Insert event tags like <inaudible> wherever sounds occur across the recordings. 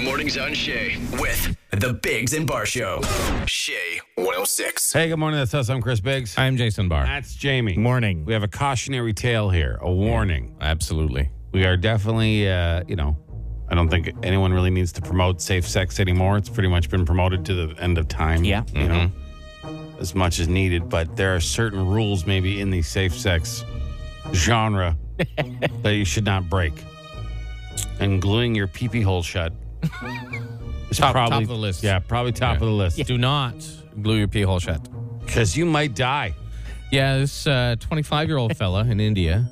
Mornings on Shay with The Bigs and Bar Show. Shay 106. Hey, good morning. That's us. I'm Chris Biggs. I'm Jason Barr. That's Jamie. Morning. We have a cautionary tale here, a warning. Absolutely. We are definitely, uh, you know, I don't think anyone really needs to promote safe sex anymore. It's pretty much been promoted to the end of time. Yeah. You know, Mm-hmm. as much as needed. But there are certain rules, maybe in the safe sex <laughs> genre, that you should not break. And gluing your pee pee hole shut is Top- top probably of the list. Yeah, probably top Yeah. of the <laughs> list Do not glue your pee hole shut. because you might die. Yeah, this 25 year old <laughs> fella in India,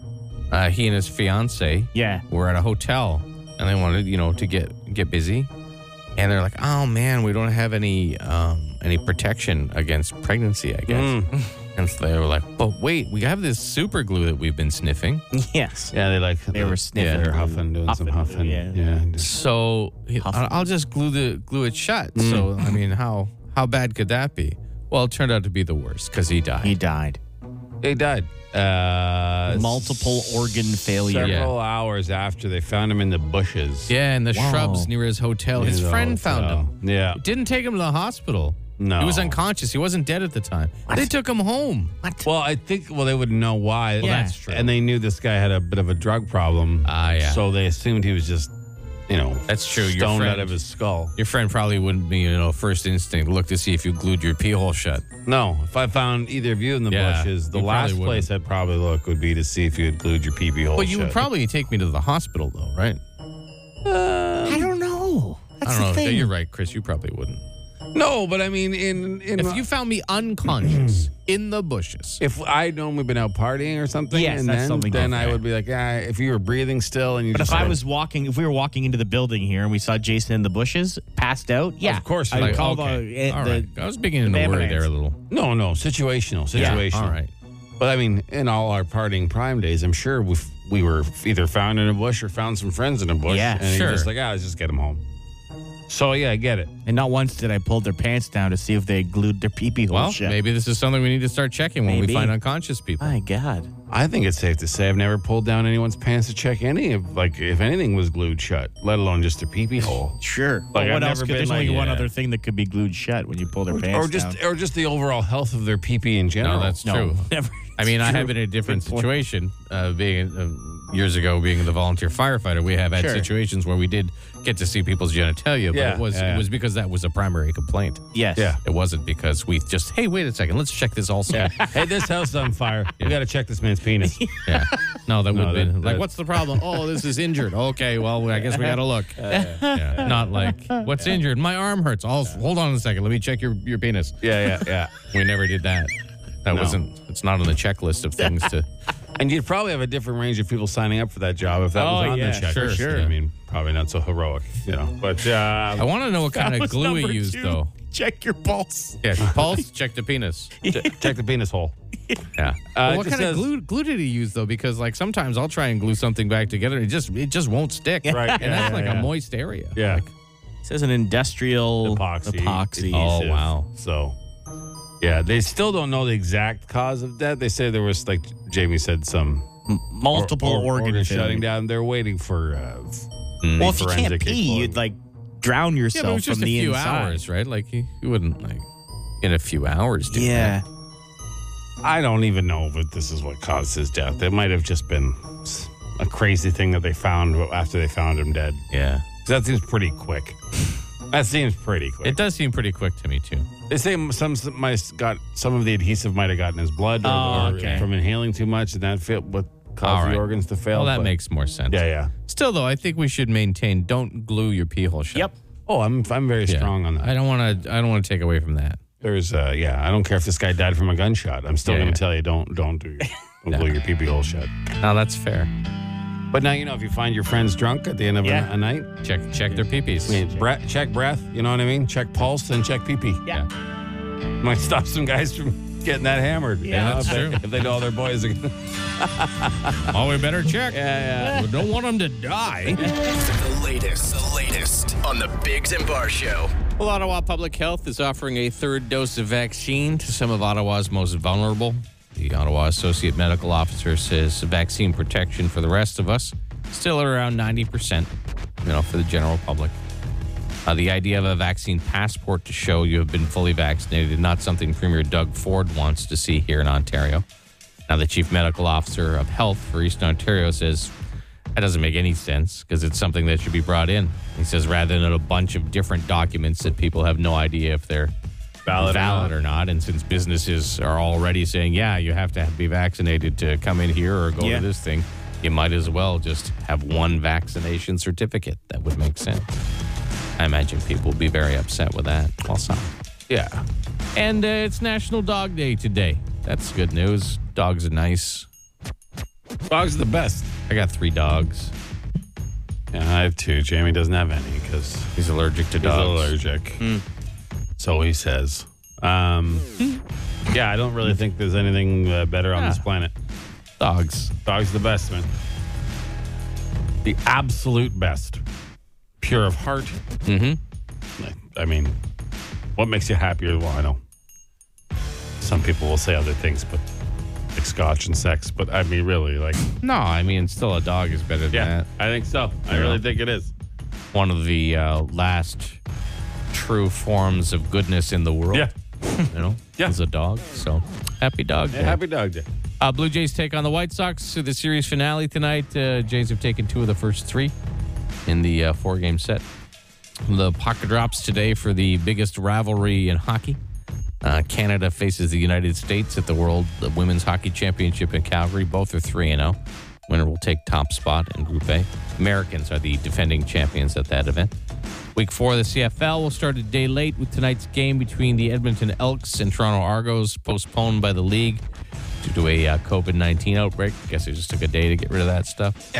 uh, he and his fiance Yeah. were at a hotel and they wanted, you know, to get get busy. And they're like, oh man, we don't have any um, any protection against pregnancy, I guess. <laughs> And so they were like, but wait, we have this super glue that we've been sniffing. <laughs> Yes. Yeah, they like They were sniffing. they were huffing, doing some Huffing, huffing. yeah. just- So he- I'll I'll just glue the glue it shut. So I mean, how how bad could that be? Well, it turned out to be the worst because he died. He died. they died. Uh, Multiple organ failure. Several hours after they found him in the bushes. Yeah, in the Wow. shrubs near his hotel. His In the friend hotel. found him. Yeah. It didn't take him to the hospital. No. He was unconscious. He wasn't dead at the time. They took him home. What? Well, I think well they wouldn't know why. Well, that's true. And they knew this guy had a bit of a drug problem. Ah, yeah. So they assumed he was just, you know, That's true, your stoned out friend. of his skull. Your friend probably wouldn't be, you know, first instinct look to see if you glued your pee hole shut. No, if I found either of you in the Yeah, bushes, the you probably last wouldn't. place I'd probably look would be to see if you had glued your PB hole. Well, you would shut. probably take me to the hospital though, right? I don't know. That's I don't know. the thing. You're right, Chris. You probably wouldn't. no, but I mean, in in If you found me unconscious in the bushes, if I'd known we've been out partying or something, Yes, and that's then, something then I different. would be like, ah, if you were breathing still and you But just if I like- was walking, if we were walking into the building here and we saw Jason in the bushes, passed out, yeah, Of course, I would like, call the, okay. uh, All the- right. I was beginning the to man worry brands. there a little. no, no, situational, situational. Yeah, All right. But I mean, in all our partying prime days, I'm sure we we were either found in a bush or found some friends in a bush. Yeah, and you're sure. Just like, ah, let's just get them home. So yeah, I get it. and not once did I pull their pants down to see if they glued their pee pee hole Well, shut. maybe this is something we need to start checking when we Maybe. find unconscious people. My God, I think it's safe to say I've never pulled down anyone's pants to check any of like if anything was glued shut, let alone just a pee pee hole. sure. Like, I've what else? never Could, been there's like- only one yeah. other thing that could be glued shut when you pull their pants or just down. or just the overall health of their pee pee in general. No, that's No, true. never. I mean, I have been in a different point. situation. Uh, being uh, years ago, being the volunteer firefighter, we have had Sure. situations where we did get to see people's genitalia, but Yeah, it was yeah. it was because that was a primary complaint. Yes. Yeah. It wasn't because we just hey, wait a second, let's check this also. Yeah, hey, this house is on fire. You got to check this man's penis. <laughs> no, that would have been that- like, that- what's the problem? oh, this is injured. Okay, well, I guess we got to look. <laughs> yeah. Not like what's injured. My arm hurts. Oh, hold on a second. Let me check your your penis. Yeah, yeah, yeah. We never did that. That wasn't. It's not on the checklist of things to. And you'd probably have a different range of people signing up for that job if that was Oh, on yeah, the check. sure, sure. I mean, probably not so heroic, you know. But I <laughs> uh, want to know what kind That of was glue he number used, two. though. Check your pulse. Yeah, pulse, check the penis. check- check the penis hole. Yeah. Uh, it what just kind says- of glue glue did he use though? Because like sometimes I'll try and glue something back together, and it just it just won't stick. Right, And yeah, that's yeah, like yeah. a moist area. Yeah. Like, It says an industrial Epoxy. epoxy. Oh, wow. So, yeah, they still don't know the exact cause of that. They say there was, like Jamie said, some multiple or- or- organ, organ failure. shutting down. They're waiting for. Uh, f- Well, if you can't forensic pee, you'd explosion. like drown yeah, yourself but it was just from a the few inside. hours, right? Like he, he wouldn't like in a few hours do Yeah. that. I don't even know if this is what caused his death. It might have just been s- a crazy thing that they found after they found him dead. Yeah. 'Cause That seems pretty quick. That seems pretty quick. It does seem pretty quick to me too. They say some some- might got some of the adhesive might have gotten his blood or, Oh, or okay. from inhaling too much, and that fit what All caused right. the organs to fail. Well, that but- makes more sense. yeah, yeah. Still though, I think we should maintain don't glue your pee hole shut. Yep. Oh, I'm I'm very Yeah. strong on I that. don't want to. I don't want to take away from that. There's uh yeah, I don't care if this guy died from a gunshot. I'm still Yeah, gonna yeah. tell you don't don't do <laughs> don't blow your PB hole shut. No, that's fair. But now you know if you find your friends drunk at the end of a- Yeah. a, night, Check check their peepees. I mean, bre- check breath. You know what I mean? Check pulse and check pee pee. Yeah. Might stop some guys from getting that hammered. you Yeah. know, That's if they- true. If they know all their boys. <laughs> Are- Oh, we better check. yeah, We don't want them to die. The latest, the latest on the Bigs and Bar Show. Well, Ottawa Public Health is offering a third dose of vaccine to some of Ottawa's most vulnerable. The Ottawa Associate Medical Officer says the vaccine protection for the rest of us still at around 90%, you know, for the general public. Uh, the idea of a vaccine passport to show you have been fully vaccinated, not something Premier Doug Ford wants to see here in Ontario. Now, the Chief Medical Officer of Health for Eastern Ontario says that doesn't make any sense because it's something that should be brought in. He says rather than a bunch of different documents that people have no idea if they're valid, or, not. And since businesses are already saying, yeah, you have to be vaccinated to come in here or go Yeah. to this thing, you might as well just have one vaccination certificate. That would make sense. I imagine people will be very upset with that also. Yeah. And uh, it's National Dog Day today. That's good news. Dogs are nice. Dogs are the best. I got three dogs. Yeah, I have two. Jamie doesn't have any because He's allergic to he's dogs. allergic. So he says. Um, yeah, I don't really think there's anything uh, better on this planet. Dogs. Dog's the best, man. The absolute best. Pure of heart. Mm-hmm. I mean, what makes you happier? Well, I know some people will say other things, but like scotch and sex. But I mean, really, like, No, I mean, still a dog is better than yeah, that. I think so. I Yeah. really think it is. One of the uh, last true forms of goodness in the world. Yeah. You know, <laughs> Yeah. is a dog. So happy dog day. Hey, happy Dog Day. Uh, Blue Jays take on the White Sox to the series finale tonight. Uh, Jays have taken two of the first three in the uh, four game set. The pocket drops today for the biggest rivalry in hockey. Uh, Canada faces the United States at the World Women's Hockey Championship in Calgary. Both are 3 0. Winner will take top spot in Group A. Americans are the defending champions at that event. Week four of the CFL will start a day late with tonight's game between the Edmonton Elks and Toronto Argos, postponed by the league due to a uh, COVID 19 outbreak. Guess they just took a day to get rid of that stuff.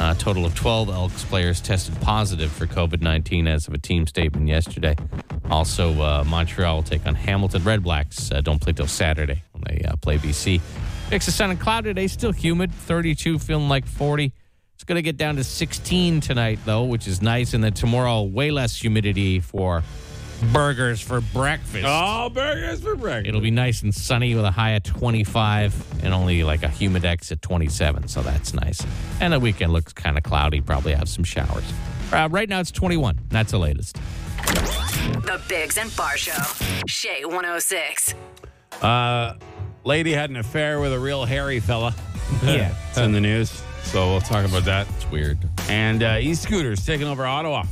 A total of 12 Elks players tested positive for COVID 19 as of a team statement yesterday. Also, uh, Montreal will take on Hamilton. Red Blacks uh, don't play till Saturday when they uh, play BC. Mix of sun and cloud today, still humid, 32, feeling like 40. It's going to get down to 16 tonight, though, which is nice. And then tomorrow, way less humidity for burgers for breakfast. All burgers for breakfast. It'll be nice and sunny with a high at 25 and only like a humidex at 27. So that's nice. And the weekend looks kind of cloudy. Probably have some showers. Uh, right now it's 21. That's the latest. The Bigs and Bar Show. oh Shay 106. Lady had an affair with a real hairy fella. Yeah. It's in the news. So we'll talk about that. It's weird. And uh, e scooters taking over Ottawa.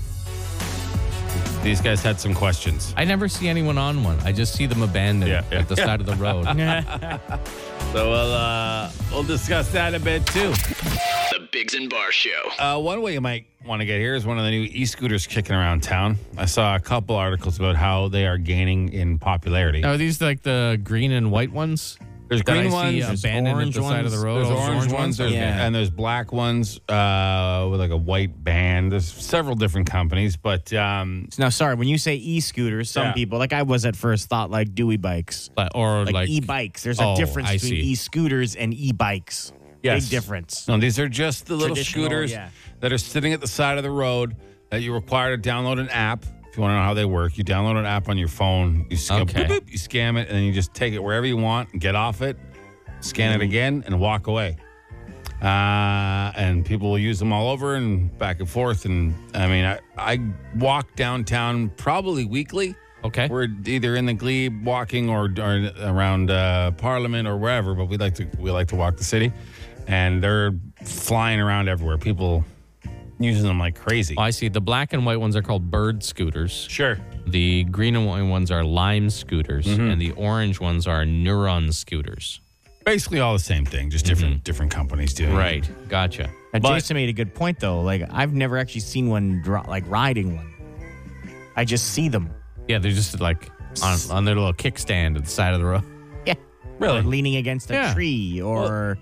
These guys had some questions. I never see anyone on one. I just see them abandoned Yeah, yeah. at the side of the road. So we'll uh, we'll discuss that a bit too. The Bigs and Bar Show. Uh, one way you might want to get here is one of the new e-scooters kicking around town. I saw a couple articles about how they are gaining in popularity. Are these like the green and white ones? There's That I green see ones, there's abandoned at orange the side of ones, the road. There's Those orange, orange ones, ones? there's- Yeah. and there's black ones uh, with like a white band. There's several different companies, but um, Now, sorry, when you say e-scooters, some Yeah. people, like I was at first, thought like Dewey bikes, Like- Or like, like, e-bikes. There's Oh, a difference I between see. e-scooters and e-bikes. Yes. Big difference. no, these are just the little Traditional, scooters yeah. that are sitting at the side of the road that you require to download an app. If you want to know how they work, you download an app on your phone. You scan, Okay. boop, boop, you scan it, and then you just take it wherever you want, and get off it, scan it again, and walk away. Uh, and people will use them all over and back and forth. And I mean, I, I walk downtown probably weekly. Okay. We're either in the glebe walking or, or around uh, Parliament or wherever, but we like to we like to walk the city, and they're flying around everywhere. People using them like crazy. Oh, I see. The black and white ones are called bird scooters. Sure. The green and white ones are lime scooters. And the orange ones are neuron scooters. Basically all the same thing, just different different companies doing it. Mm-hmm. Right. Gotcha. Now, But- Jason made a good point though. Like I've never actually seen one dri like riding one. I just see them. Yeah, they're just like on, on their little kickstand at the side of the road. Yeah. Really? Or leaning against a Yeah. tree or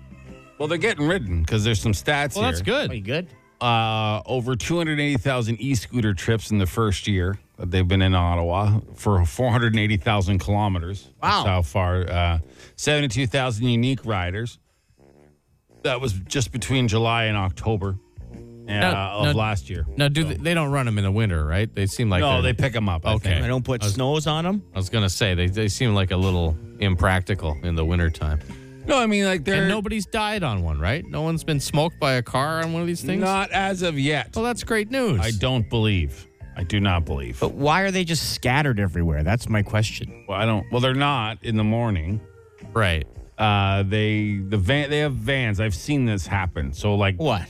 Well, they're getting ridden because there's some stats Well, here. that's Oh, you good. good? uh, over 280,000 e-scooter trips in the first year that they've been in Ottawa for 480,000 kilometers. Wow. That's how far. Uh, 72,000 unique riders. That was just between July and October uh, Now- of now- last year. Now, do they, they don't run them in the winter, right? They seem like no, they're- they pick them up. I Okay. think. I don't put snows on them. I was gonna say they, they seem like a little impractical in the wintertime. No, I mean like they're And nobody's died on one, right? No one's been smoked by a car on one of these things. not as of yet. Well, that's great news. I don't believe. I do not believe. But why are they just scattered everywhere? That's my question. Well, I don't. Well, they're not in the morning. Right. Uh, they the van. They have vans. I've seen this happen. So like, what What?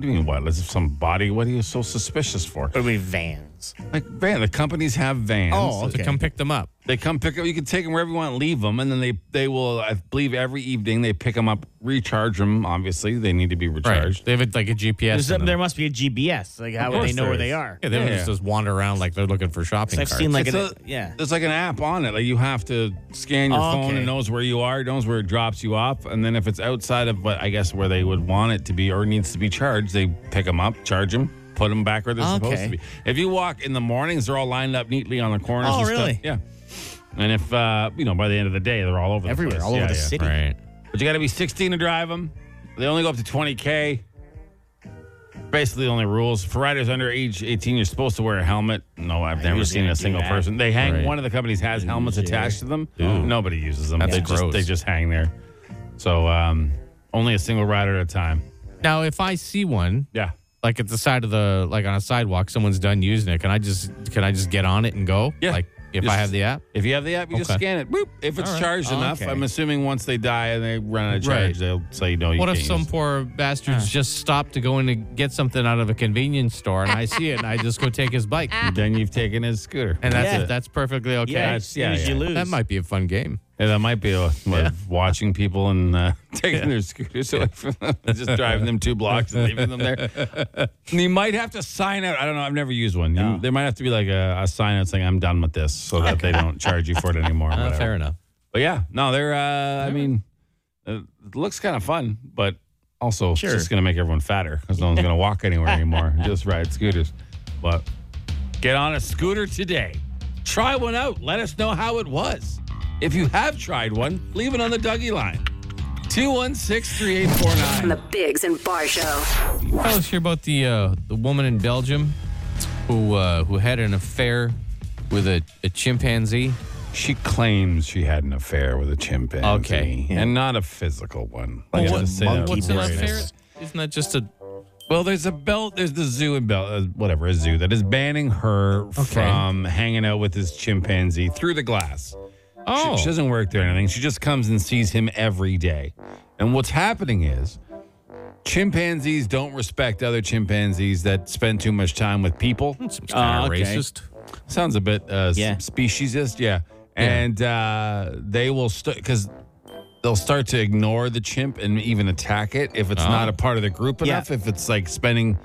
do you mean? What? As if some body. What are you so suspicious for? What are we vans? Like van. The companies have vans. Oh, okay. To come pick them up. They come pick up. You can take them wherever you want, and leave them, and then they they will. I believe every evening they pick them up, recharge them. Obviously, they need to be recharged. They have it like a GPS. There's- in them. there must be a GPS. Like how would they course know there where they is. are? yeah, they don't Yeah. just, just wander around like they're looking for shopping I've carts. seen like It's an a- yeah. There's like an app on it. Like you have to scan your Oh, phone okay. and knows where you are, knows where it drops you off, and then if it's outside of what I guess where they would want it to be or needs to be charged, they pick them up, charge them, put them back where they're supposed Okay. to be. If you walk in the mornings, they're all lined up neatly on the corners. Oh, and really? Stuff. Yeah. And if uh, you know, by the end of the day, they're all over the Everywhere, place. all over Yeah, the yeah. city. Right. But you got to be 16 to drive them. They only go up to 20k. Basically, the only rules for riders under age 18, you're supposed to wear a helmet. No, I've never you're seen gonna a do single that. person. They hang. Right. One of the companies has helmets attached to them. Nobody uses them. That's they just gross. they just hang there. So um, only a single rider at a time. Now, if I see one Yeah. like at the side of the like on a sidewalk, someone's done using it. Can I just can I just get on it and go? Yeah. Like if Just- I have the app. If you have the app, you just Okay. scan it. Boop. If it's All right. Oh, charged enough, Okay. I'm assuming once they die and they run out of charge, Right. they'll say no. You What if can't some use it. poor bastards just stopped to go in to get something out of a convenience store and I see it and I just go take his bike Then you've taken his scooter, and that's Yeah. it. That's perfectly okay. Yeah, that's- as yeah, soon as yeah. you lose. That might be a fun game. Yeah, that might be a, what, watching people and uh, <laughs> taking their scooters away from them, and just driving them two blocks and leaving them <laughs> there. And you might have to sign out. I don't know. I've never used one. You- There might have to be like a, a sign out saying "I'm done with this," so that <laughs> they don't charge you for it anymore. or Uh, whatever. fair enough. But yeah, no, they're. Uh, I mean, uh, it looks kind of fun, but also Sure. it's just going to make everyone fatter because no one's going to walk anywhere anymore. and Just ride scooters. But get on a scooter today. Try one out. Let us know how it was. If you have tried one, leave it on the Dougie line. 216 The Bigs and Bar Show. Tell us here about the uh, the woman in Belgium who uh, who had an affair with a, a chimpanzee. She claims she had an affair with a chimpanzee. Okay. And not a physical one. Like Just a to say that monkey was What's an Right. affair? Isn't that just a Well, there's a belt. There's the zoo in Bel, uh, whatever a zoo that is banning her from hanging out with this chimpanzee through the glass. oh? She, she doesn't work there or anything. She just comes and sees him every day. And what's happening is chimpanzees don't respect other chimpanzees that spend too much time with people. It's kinda Oh, okay. racist. Sounds a bit uh, Yeah. s- speciesist, yeah. And uh, they will because they'll start to ignore the chimp and even attack it if Uh-huh. it's not a part of the group Yeah. enough. If it's like spending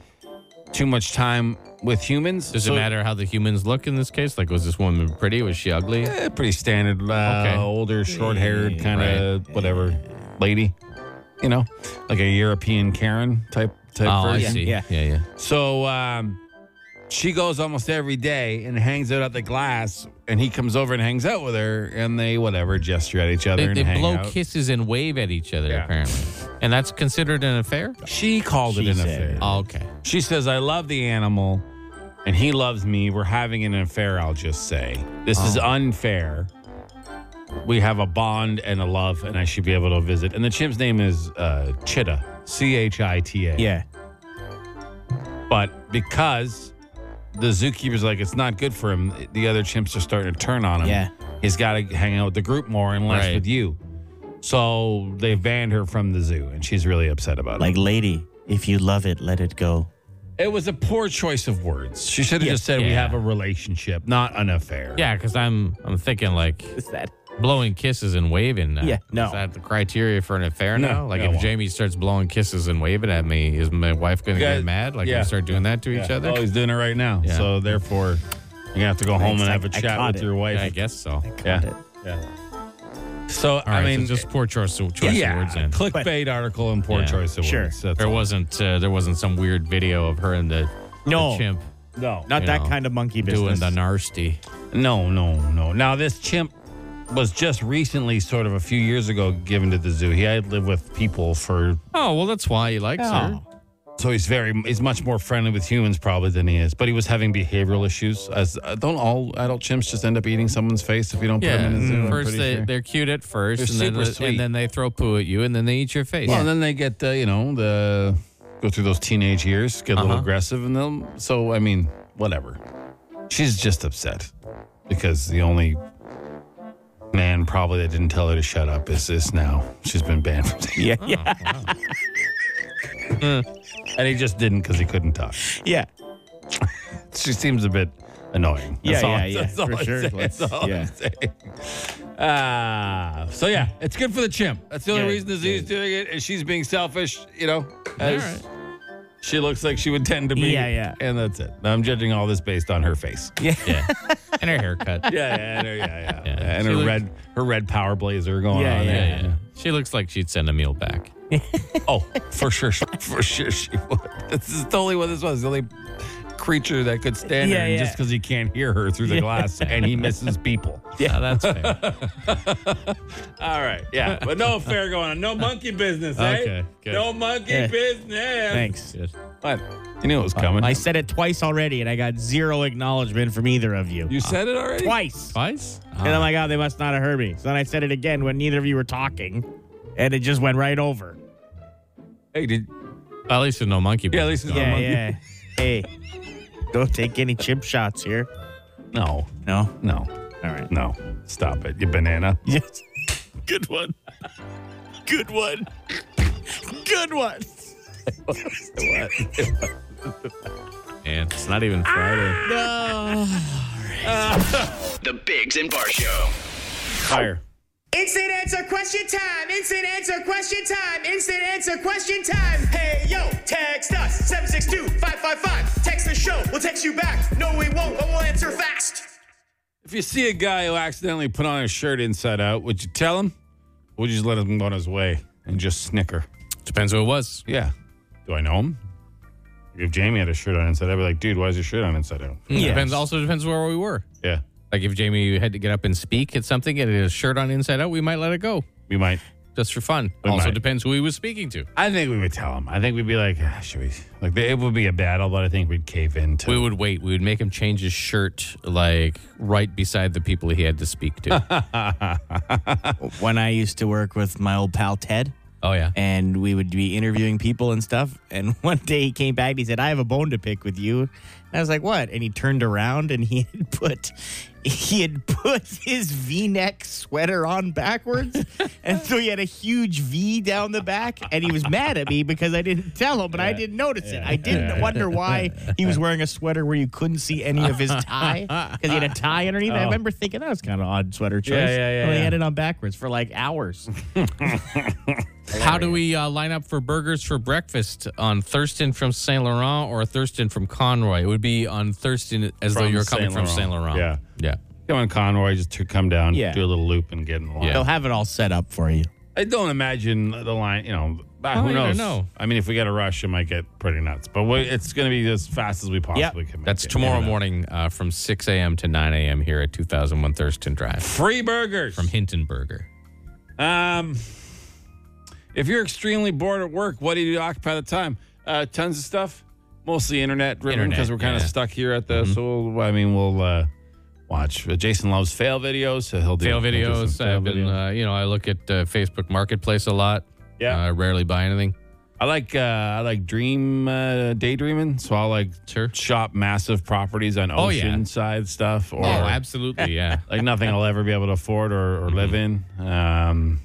too much time with humans, Does So- it matter how the humans look in this case? Like, was this woman pretty? Was she ugly? Eh, pretty standard, uh, Okay. older, short-haired kind of whatever lady, you know, like a European Karen type type Oh, I version. see. Yeah. yeah, yeah. So um, she goes almost every day and hangs out at the glass, and he comes over and hangs out with her, and they whatever gesture at each other They, and they hang blow out. kisses and wave at each other, Yeah. apparently, and that's considered an affair. she called it She an said. affair. Oh, okay. She says, "I love the animal, and he loves me. We're having an affair. I'll just say this is Oh. unfair. We have a bond and a love, and I should be able to visit." And the chimp's name is uh, Chitta, C H I T A. yeah. But because the zookeeper's like, it's not good for him, the other chimps are starting to turn on him. Yeah. He's got to hang out with the group more and less Right. with you. So they banned her from the zoo, and she's really upset about Like lady, if you love it, let it go. it. It was a poor choice of words. She should have Yeah. just said, We Yeah. have a relationship, not an affair. Yeah, because I'm I'm thinking like Is that? blowing kisses and waving. Now. Yeah, no. Is that the criteria for an affair No, now? Like no, it if won't. Jamie starts blowing kisses and waving at me, is my wife going to You guys- get mad? Like yeah. we start doing that to each Yeah. other? Oh, he's doing it right now. Yeah. So therefore, you're gonna have to go home and I- have a I chat caught with it. your wife. I guess so. yeah. it. yeah. So All right, I mean, so just poor choice, choice of yeah, words. Then clickbait article and poor Yeah. choice of Sure. words. That's there all. wasn't uh, there wasn't some weird video of her and the, No. the chimp no, Not You that know, kind of monkey doing business. <laughs> the nasty. No, no, no. Now this chimp was just recently, sort of a few years ago, given to the zoo. He had lived with people for, Oh well, that's why he likes her. so he's very, he's much more friendly with humans probably than he is. But he was having behavioral issues. As uh, don't all adult chimps just end up eating someone's face if you don't Yeah, mm, put them in the zoo? I'm first pretty they, sure. they're cute at 1st They're and, then super the- sweet. and then they throw poo at you, and then they eat your face. Well, and then they get uh, you know the go through those teenage years, get a little aggressive, and then so I mean, whatever. She's just upset because the only man probably that didn't tell her to shut up is this now. She's been banned from dating. Yeah, yeah, <laughs> And he just didn't because he couldn't talk. yeah. She seems a bit annoying. That's Yeah, all- yeah, yeah, That's all for I'm sure. saying. Let's- That's all I'm yeah. saying. Ah, so yeah, it's good for the chimp. That's the only Yeah, reason is he's doing it, and she's being selfish. You know, All as right. she looks like she would tend to be. Yeah, yeah. And that's it. I'm judging all this based on her face. Yeah. and her <laughs> haircut. yeah, yeah, and her, yeah, yeah. <laughs> Yeah. And She her looks- red, her red power blazer going Yeah, on. yeah, there. Yeah, yeah. She looks like she'd send a meal back. Oh, for sure, <laughs> she- for sure she would. This is totally what this was. The only creature that could stand Yeah, her, and yeah. just because he can't hear her through the glass, and he misses people. Yeah, that's fair. <laughs> All right, yeah, but no fair going on. No monkey business, eh? Okay, good. No monkey Yeah. business. Thanks. But you knew it was coming. I said it twice already, and I got zero acknowledgement from either of you. you said it already. twice. Twice? And I'm like, oh, they must not have heard me. So then I said it again when neither of you were talking, and it just went right over. Hey, did Well, at least there's no monkey. yeah? At least it's yeah, not monkey. yeah. hey, don't take any chip shots here. No, <laughs> No. no, All right. no. Stop it, you banana. Yes. good one. Good one. Good one. And it's not even Friday. The Bigs and Bar Show. Fire. Instant answer question time. Instant answer question time. Instant answer question time. Hey, yo, text us 762 555. Text the show. We'll text you back. No, we won't, but we'll answer fast. If you see a guy who accidentally put on his shirt inside out, would you tell him? Or would you just let him go on his way and just snicker? Depends who it was. Yeah. Do I know him? If Jamie had a shirt on inside, I'd be like, dude, why is your shirt on inside out? Depends. Also depends where we were. Yeah. Like if Jamie had to get up and speak at something and his shirt on inside out, we might let it go We might. just for fun. We also might. depends who he was speaking to. I think we would tell him. I think we'd be like, ah, should we? Like, it would be a battle, but I think we'd cave in to We would wait. We would make him change his shirt like right beside the people he had to speak to. When I used to work with my old pal Ted, oh yeah. and we would be interviewing people and stuff. And <laughs> one day he came back and he said, I have a bone to pick with you. And I was like, What? And he turned around and he <laughs> had put he had put his V neck sweater <laughs> on backwards. and so he had a huge V down the back. And he was mad at me because I didn't tell him, but I didn't notice it. I didn't wonder why he was wearing a sweater where you couldn't see any of his tie. Because he had a tie underneath. I remember thinking that was kind of odd sweater choice. Oh. Yeah, yeah, yeah, Well, yeah. he had it on backwards for like <laughs> hours. How do we uh, line up for burgers for breakfast on Thurston from Saint Laurent or Thurston from Conroy? It would be on Thurston as though From you're coming Saint from Laurent. Saint Laurent. Yeah. Yeah. come on Conroy, just to come down, Yeah. do a little loop and get in the line. Yeah. They'll have it all set up for you. I don't imagine the line, you know, but Oh, who you don't knows? know. I mean, if we got a rush, it might get pretty nuts, but we, it's going to be as fast as we possibly can. make That's it. tomorrow Yeah. morning uh, from 6 a.m. to 9 a.m. here at 2001 Thurston Drive Free burgers. from Hinton Burger. Um, if you're extremely bored at work, what do you do to occupy the time? Uh, tons of stuff, mostly internet driven Internet, because we're kind of yeah. Mm-hmm. stuck here at the. So we'll, I mean, we'll uh, watch. Uh, Jason loves fail videos, so he'll do Fail he'll do some videos. fail I've been, videos. uh, you know, I look at uh, Facebook Marketplace a lot. Yeah. I rarely buy anything. I like uh, I like dream uh, daydreaming, so I'll like shop massive properties on Oh, yeah. ocean side stuff or Oh, absolutely. Yeah. like nothing I'll ever be able to afford or, or live in. Mm-hmm. Um,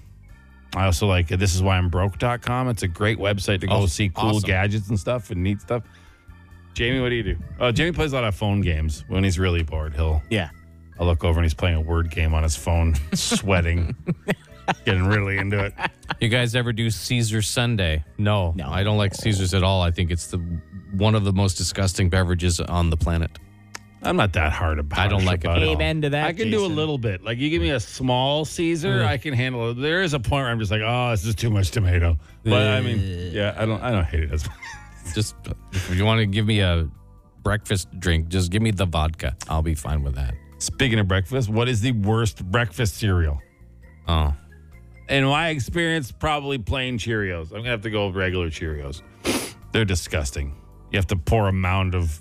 I also like this is why I'm broke.com. It's a great website to go Oh, see cool awesome. gadgets and stuff and neat stuff. Jamie, what do you do? Oh, Jamie plays a lot of phone games when he's really bored. He'll Yeah. I'll look over and he's playing a word game on <laughs> his phone, sweating, getting really into it. You guys ever do Caesar Sunday? No, No. I don't like Caesars at all. I think it's the one of the most disgusting beverages on the planet. I'm not that hard about. I don't harsh like it about at all. Amen to that. I can do a Jason. little bit. Like you give me a small Caesar, Mm-hmm. I can handle it. There is a point where I'm just like, oh, this is too much tomato. But I mean, yeah, I don't, I don't hate it as much. Just if you want to give me a breakfast drink, just give me the vodka. I'll be fine with that. Speaking of breakfast, what is the worst breakfast cereal? Oh, In my experience, probably plain Cheerios. I'm gonna have to go with regular Cheerios. They're disgusting. You have to pour a mound of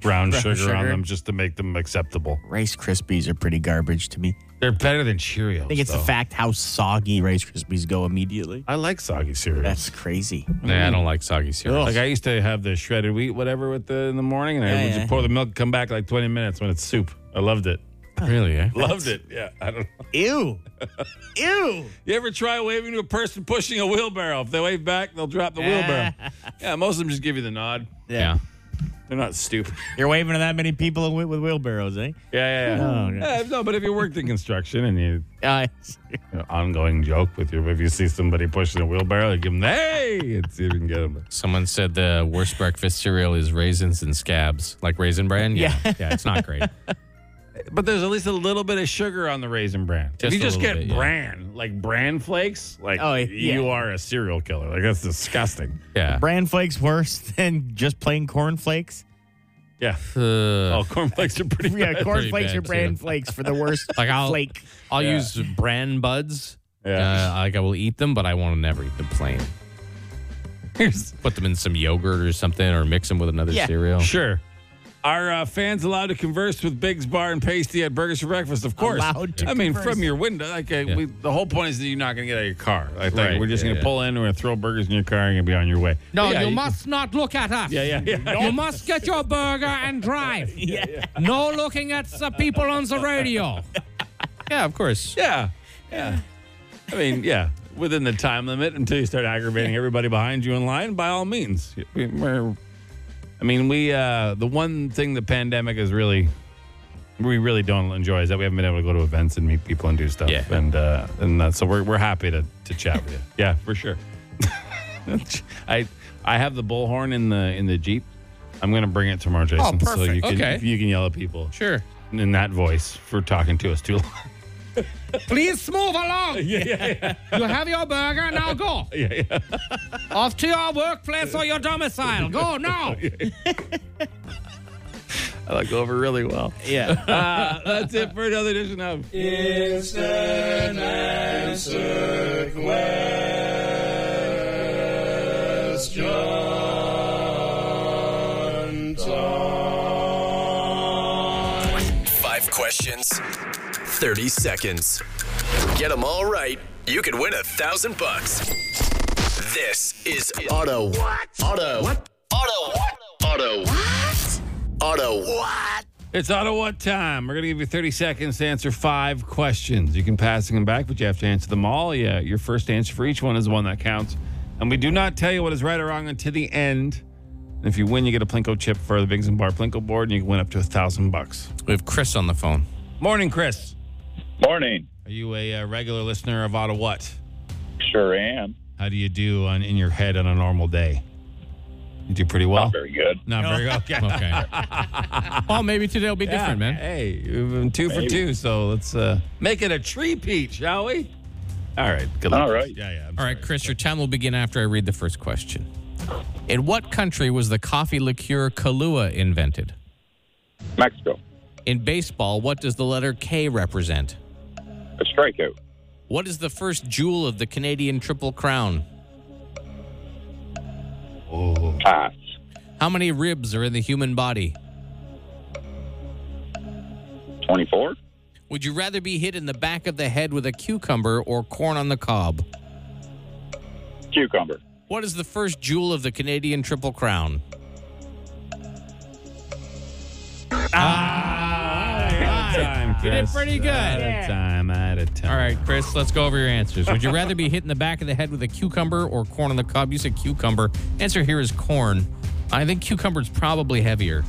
brown, sugar, on sugar. them just to make them acceptable. Rice Krispies are pretty garbage to me. They're better than Cheerios. I think it's though. the fact how soggy Rice Krispies go immediately. I like soggy cereal. That's crazy. Nah, I don't like soggy cereal. Like I used to have the shredded wheat, whatever, with the in the morning, and I Yeah, would yeah. just pour the milk, come back like twenty minutes when it's soup. I loved it. Oh, really, eh? Loved it. Yeah. I don't know. Ew. Ew. You ever try waving to a person pushing a wheelbarrow? If they wave back, they'll drop the <laughs> wheelbarrow. Yeah, most of them just give you the nod. Yeah. They're not stupid. You're waving to that many people with, with wheelbarrows, eh? Yeah, yeah, yeah. Oh, yeah. Yeah, no, but if you worked in construction and you Uh, an ongoing joke with your if you see somebody pushing a wheelbarrow, you give them hey, it's even get them. Someone said the worst breakfast cereal is raisins and scabs, like raisin bran. Yeah, yeah, it's not great. But there's at least a little bit of sugar on the raisin bran. Just if you a just get little bit, yeah. bran, like bran flakes, like Oh, yeah. you are a serial killer. Like that's disgusting. Yeah. bran flakes worse than just plain corn flakes. Yeah. Uh, Oh, cornflakes are pretty <laughs> Yeah, bad. corn <laughs> pretty flakes bad, are bran too. flakes for the worst Like, I'll- flake. I'll Yeah. use bran buds. Yeah. Uh, like I will eat them, but I want to never eat them plain. Put them in some yogurt or something, or mix them with another Yeah. cereal. Sure. Are uh, fans allowed to converse with Biggs Bar and Pasty at Burgers for Breakfast? Of course. Allowed to I mean, converse. from your window. Like, uh, we, the whole point is that you're not going to get out of your car. I think Right, we're just yeah, going to yeah. pull in, we're going to throw burgers in your car, and you're going to be on your way. No, But yeah, you must not look at us. Yeah, yeah, yeah. You must get your burger and drive. <laughs> yeah, No looking at the people on the <laughs> radio. Yeah, of course. Yeah. Yeah. I mean, yeah. Within the time limit until you start aggravating everybody behind you in line, by all means. We- we're- I mean, we, uh, the one thing the pandemic is really, we really don't enjoy is that we haven't been able to go to events and meet people and do stuff. Yeah. And, uh, and that's, so we're, we're happy to, to chat <laughs> with you. Yeah, for sure. <laughs> I, I have the bullhorn in the, in the Jeep. I'm going to bring it tomorrow, Jason. So you Oh, perfect. can, Okay. you can yell at people Sure. in that voice for talking to us too long. Please move <laughs> along. You have your burger now. Go. Off to your workplace or your domicile. Go <laughs> now. I like over really well. Yeah. Uh, that's it for another edition of Five questions, 30 seconds. Get them all right, you could win a thousand bucks. This is Auto What? Auto What? Auto What? Auto What? Auto What? It's Ottawa time. We're going to give you 30 seconds to answer five questions. You can pass them back, but you have to answer them all. Yeah, your first answer for each one is the one that counts. And we do not tell you what is right or wrong until the end. And if you win, you get a Plinko chip for the Biggs and Bar Plinko board, and you can win up to a thousand bucks. We have Chris on the phone. Morning, Chris. Morning. Are you a uh, regular listener of Ottawa? What? Sure am. How do you do on in your head on a normal day? You do pretty well. Very good. Not very well. Okay. <laughs> Okay. well, maybe today will be Yeah, different, man. Hey, we've been two for Maybe. two, so let's uh, make it a tree peach, shall we? All right. Good luck. All right. Yeah, yeah. I'm All right, Chris, your time will begin after I read the first question. In what country was the coffee liqueur Kahlua invented? Mexico. In baseball, what does the letter K represent? A strikeout. What is the first jewel of the Canadian Triple Crown? Pass. How many ribs are in the human body? 24. Would you rather be hit in the back of the head with a cucumber or corn on the cob? Cucumber. What is the first jewel of the Canadian Triple Crown? Out of time, Chris. did pretty good. Out of time. Out of time. All right, Chris, let's go over your answers. Would you rather be hit in the back of the head with a cucumber or corn on the cob? You said cucumber. Answer here is corn. I think cucumber's probably heavier.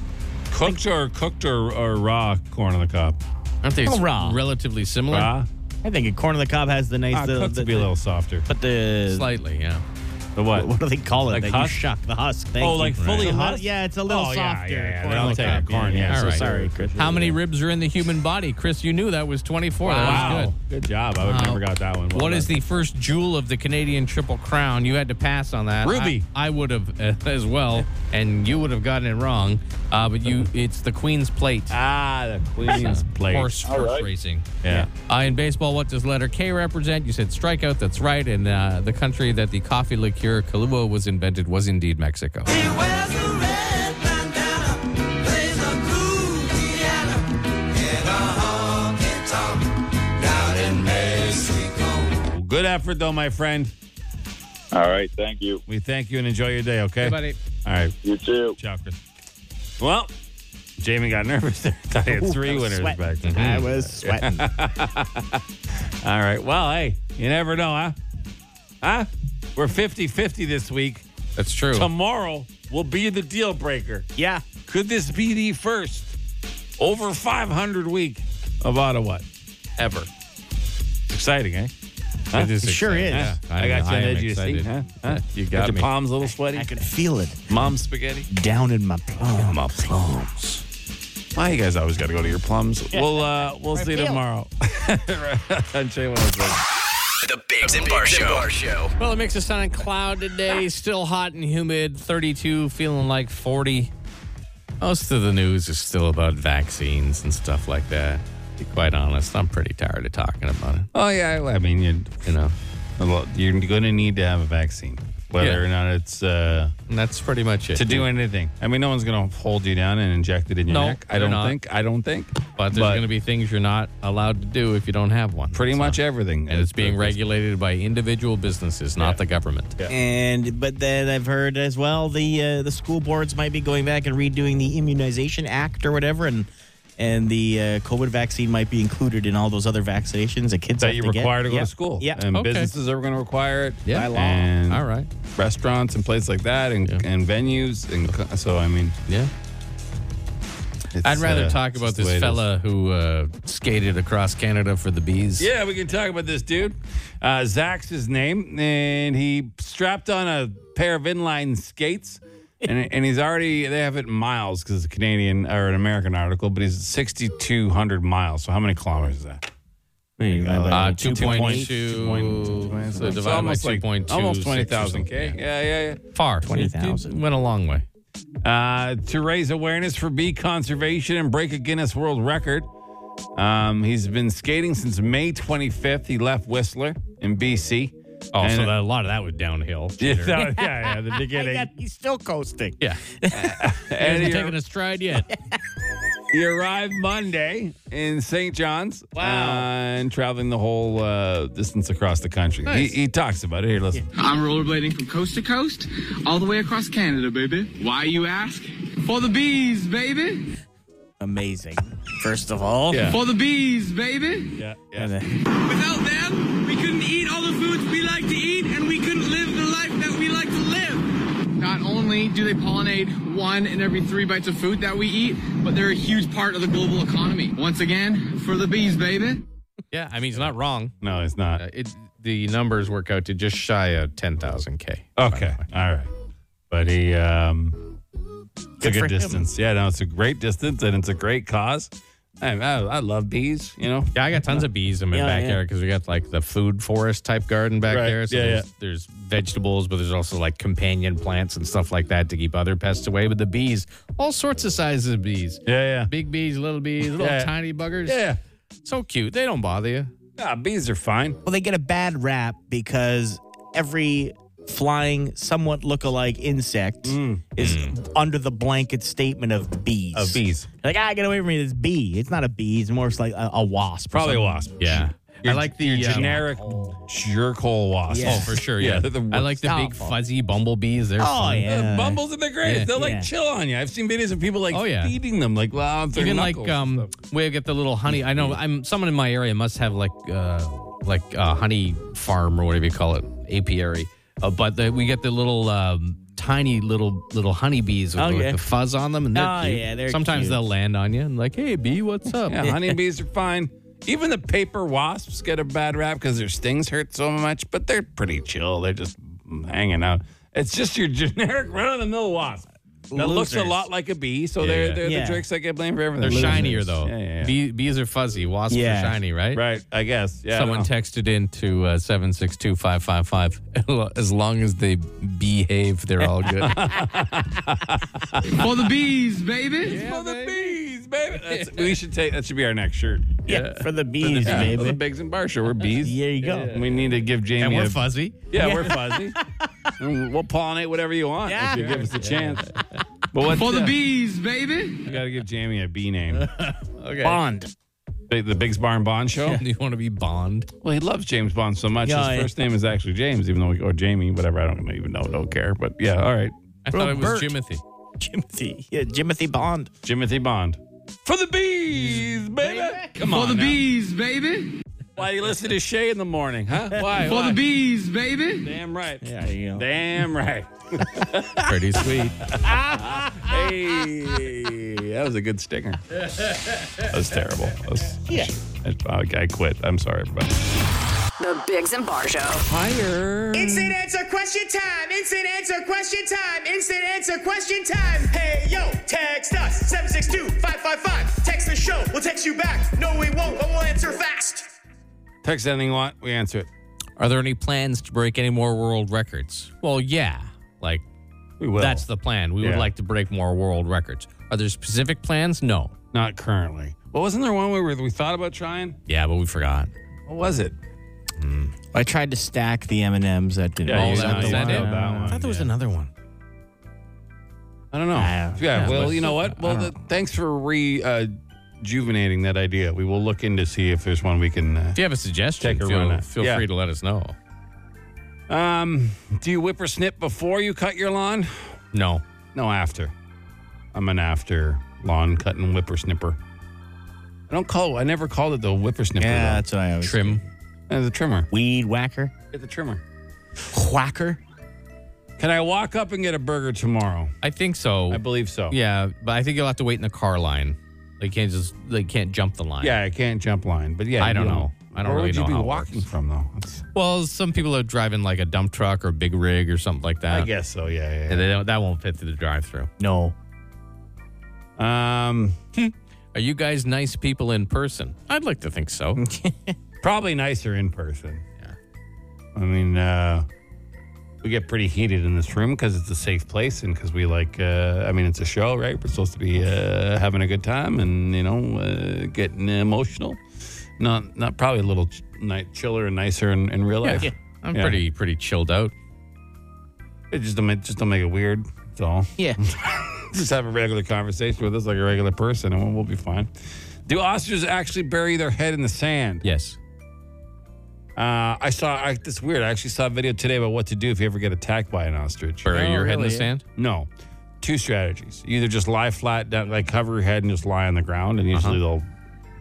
Cooked or cooked or, or raw corn on the cob? Aren't they Oh, raw. relatively similar? Raw. I think a corn on the cob has the nice Ah, little. cooked the, would be a little softer. but the Slightly, yeah. The what? what do they call it? Like that husk? You shuck the husk. Thank Oh, you. like fully It's a husk? little- Yeah, it's a little Oh, yeah, softer. yeah, yeah. corn Then on I'll the take cob. a corn, yeah. So All right. sorry, Chris. How many ribs are in the human body? Chris, you knew that was 24. That was Wow. good. Good job. I would have Wow. never got that one. Well What is done. the first jewel of the Canadian Triple Crown? You had to pass on that. Ruby. I, I would have <laughs> uh, as well, and you would have gotten it wrong. Uh, but you—it's the Queen's Plate. Ah, the <laughs> Queen's plate. Horse, horse right. racing. Yeah. Uh, in baseball, what does letter K represent? You said strikeout. That's right. And uh, the country that the coffee liqueur Kahlua was invented was indeed Mexico. He wears a red bandana, plays a effort, though, my friend. All right. Thank you. We thank you and enjoy your day, okay? buddy. All right. You too. Ciao, Chris. Well, Jamie got nervous there. <laughs> I had three winners sweating. back then. I was <laughs> sweating. All right. Well, hey, you never know, huh? Huh? We're 50 50 this week. That's true. Tomorrow will be the deal breaker. yeah. Could this be the first over 500 week of Ottawa ever? It's exciting, eh? Huh? It is It sure exciting. is. Yeah, I got you on am the edge of your seat. excited. Huh? Huh? You Got got your me. palms a little sweaty? I could feel it Mom spaghetti? down in my plum. My plums. Why you guys always got to go to your <laughs> plums? We'll uh, we'll see <laughs> you tomorrow. on Jay 106. The Bigs and Bar Show. Well, it makes us on a cloud today. <laughs> Still hot and humid, 32, feeling like 40. Most of the news is still about vaccines and stuff like that. To be quite honest, I'm pretty tired of talking about it. Oh yeah, I mean you You know, well, you're going to need to have a vaccine, whether Yeah. or not it's uh, and that's pretty much it. to do anything. I mean, no one's going to hold you down and inject it in your No, neck. I they're don't not. think. I don't think. but there's going to be things you're not allowed to do if you don't have one. pretty So- much everything, and it's being regular. regulated by individual businesses, not the government. Yeah. And but then I've heard as well the uh, the school boards might be going back and redoing the immunization act or whatever, and and the uh, COVID vaccine might be included in all those other vaccinations that kids that have you to get. require to go Yeah. to school. Um, Yeah. Oh, And Okay. businesses are going to require it. Yeah. By law. And All right. Restaurants and places like that and, Yeah. and venues. and co- So, I mean, Yeah. it's, I'd rather uh, talk about just the this way it is. fella who uh, skated across Canada for the bees. Yeah, we can talk about this dude. Uh, Zach's his name, and he strapped on a pair of inline skates, and, <laughs> and he's already they have it in miles because it's a Canadian or an American article, but he's sixty two hundred miles. So how many kilometers is that? Uh, Two 2.2. So So divided by almost like- 2.2. almost twenty thousand k. Yeah. Yeah, yeah, yeah. Far. 20,000. It Went a long way. uh, to raise awareness for bee conservation and break a Guinness World Record. Um, he's been skating since May 25th. He left Whistler in BC. Oh, And- so that, a lot of that was downhill. <laughs> Yeah, yeah, <laughs> yeah, the beginning. Yeah, he's still coasting. Yeah. And Hasn't he, taken a stride yet. he arrived Monday in St. John's. Wow. and traveling the whole uh, distance across the country. He, he talks about it. Here, listen. I'm rollerblading from coast to coast, all the way across Canada, baby. Why you ask? For the bees, baby. Amazing. First of all, Yeah. For the bees, baby. Yeah. And, uh, Without them, we couldn't eat all the foods we like to eat, and we couldn't live the life that we like to live. <laughs> Not only do they pollinate one in every three bites of food that we eat, but they're a huge part of the global economy. Once again, for the bees, baby. yeah. I mean, he's not wrong. No, it's not. Uh, it, the numbers work out to just shy of 10,000K. Okay. All right. But he um it's a Good for good him. distance. Yeah, no, it's a great distance and it's a great cause. I, I, I love bees, you know. Yeah, I got tons of bees in my Yeah, backyard 'cause backyard because yeah. we got like the food forest type garden back Right. there. So Yeah, there's, yeah. there's vegetables, but there's also like companion plants and stuff like that to keep other pests away. But the bees, all sorts of sizes of bees. Yeah, yeah. Big bees, little bees, little Yeah. tiny buggers. Yeah. So cute. They don't bother you. Nah, bees are fine. well, they get a bad rap because every flying, somewhat look-alike insect is under the blanket statement of bees. Mm. Of bees. Like, ah, get away from me. This bee. It's not a bee. It's more just like a, a wasp. or Probably a something. wasp. Yeah. Your- I like the your uh, generic jerkhole wasp. Yeah. Oh, for sure. Yeah. they're the I like the worst. big fuzzy bumblebees. They're Oh, fun. yeah. The bumbles in the graves. Yeah. They'll like Yeah. chill on you. I've seen videos of people like Oh, yeah. feeding them like loud. Even like um, we get the little honey. I know I'm someone in my area must have like uh, like a honey farm or whatever you call it, apiary. Uh, but the, we get the little um, tiny little little honeybees with Oh, like yeah. the fuzz on them, and they're Oh, cute. yeah, they're Sometimes cute. they'll land on you and like, hey bee, what's up? Yeah, honeybees are fine. Even the paper wasps get a bad rap because their stings hurt so much, but they're pretty chill. They're just hanging out. It's just your <laughs> generic run of the mill wasp. That looks a Losers. lot like a bee, so Yeah, they're yeah. they're Yeah. the jerks that get blamed for everything. They're Losers. shinier though. Yeah, yeah, yeah. Bee, bees are fuzzy. Wasps Yeah. are shiny, right? Right, I guess. Yeah. I Someone don't know. texted in to uh, 762-555. <laughs> As long as they behave, they're all good. For the bees, baby. Oh, the bees, baby. That's, we should take that should be our next shirt. Yeah, for the bees, Yeah, baby. The Bigs and Barsha. We're bees. There you go. We need to give Jamie and we're a fuzzy. Yeah, we're <laughs> fuzzy. And we'll pollinate whatever you want Yeah. if you give us a chance. But what's For the uh, bees, baby. You got to give Jamie a bee name. Okay. Bond. <laughs> The, the Biggs Barn Bond show. Do you want to be Bond? Well, he loves James Bond so much. Yeah, His yeah. first name is actually James, even though we, or Jamie, whatever. I don't even know. Don't care. But yeah, all right. I thought it was Bert. Jimothy. Jimothy. Yeah, Jimothy Bond. Jimothy Bond. For the bees, baby. Come For on. the now. bees, baby. Why you listen to Shay in the morning, huh? Why? For why? the bees, baby. Damn right. There you go. Damn right. <laughs> Pretty sweet. Hey, that was a good stinger. That was terrible. That was, yeah. I, I quit. I'm sorry, everybody. The Bigs and Bar Show. Higher. Instant answer question time. Instant answer question time. Instant answer question time. Hey yo, text us 762-555. Text the show. We'll text you back. No, we won't, but we'll answer fast. Text anything you want. We answer it. Are there any plans to break any more world records? Well, yeah. Like, We will. that's the plan. We Yeah. would like to break more world records. Are there specific plans? No. not currently. Well, wasn't there one where we we thought about trying? Yeah, but we forgot. What was it? I tried to stack the M and M's. That didn't. Yeah, Oh, you that know, was you that know it? that one, I thought there was another one. I don't know. I- yeah, yeah, well, but- you know what? Well, the, thanks for uh, rejuvenating that idea. We will look in to see if there's one we can. Uh, If you have a suggestion, Take a run feel, at- feel yeah. free to let us know. Um, do you whipper snip before you cut your lawn? No. No, after. I'm an after lawn cutting whipper snipper. I don't call. I never called it the whipper snipper. Yeah, that's what I always. Trim. though. Uh, the trimmer. Weed whacker. Get the trimmer. Whacker. Can I walk up and get a burger tomorrow? I think so. I believe so. yeah, but I think you'll have to wait in the car line. They can't just they can't jump the line. Yeah, I can't jump line, but yeah, I you don't know. I don't Where really would you know be how it walking works. from though? That's- Well, some people are driving like a dump truck or big rig or something like that. I guess so. Yeah, yeah. yeah. And they don't, that won't fit through the drive-through. No. Um, Are you guys nice people in person? I'd like to think <laughs> so. probably nicer in person. Yeah. I mean, uh, we get pretty heated in this room because it's a safe place and because we like, uh, I mean, it's a show, right? We're supposed to be uh, having a good time and, you know, uh, getting emotional. Not, not probably a little ch- night chiller and nicer in, in real life. I'm Yeah. pretty pretty chilled out. It just don't, make, just don't make it weird. That's all. <laughs> <laughs> Yeah. just have a regular conversation with us like a regular person and we'll be fine. Do ostriches actually bury their head in the sand? Yes. Uh, I saw I, this is weird. I actually saw a video today about what to do if you ever get attacked by an ostrich. Bury your head in the really? sand. No, two strategies. You Either just lie flat down, like cover your head and just lie on the ground, and usually Uh-huh. they'll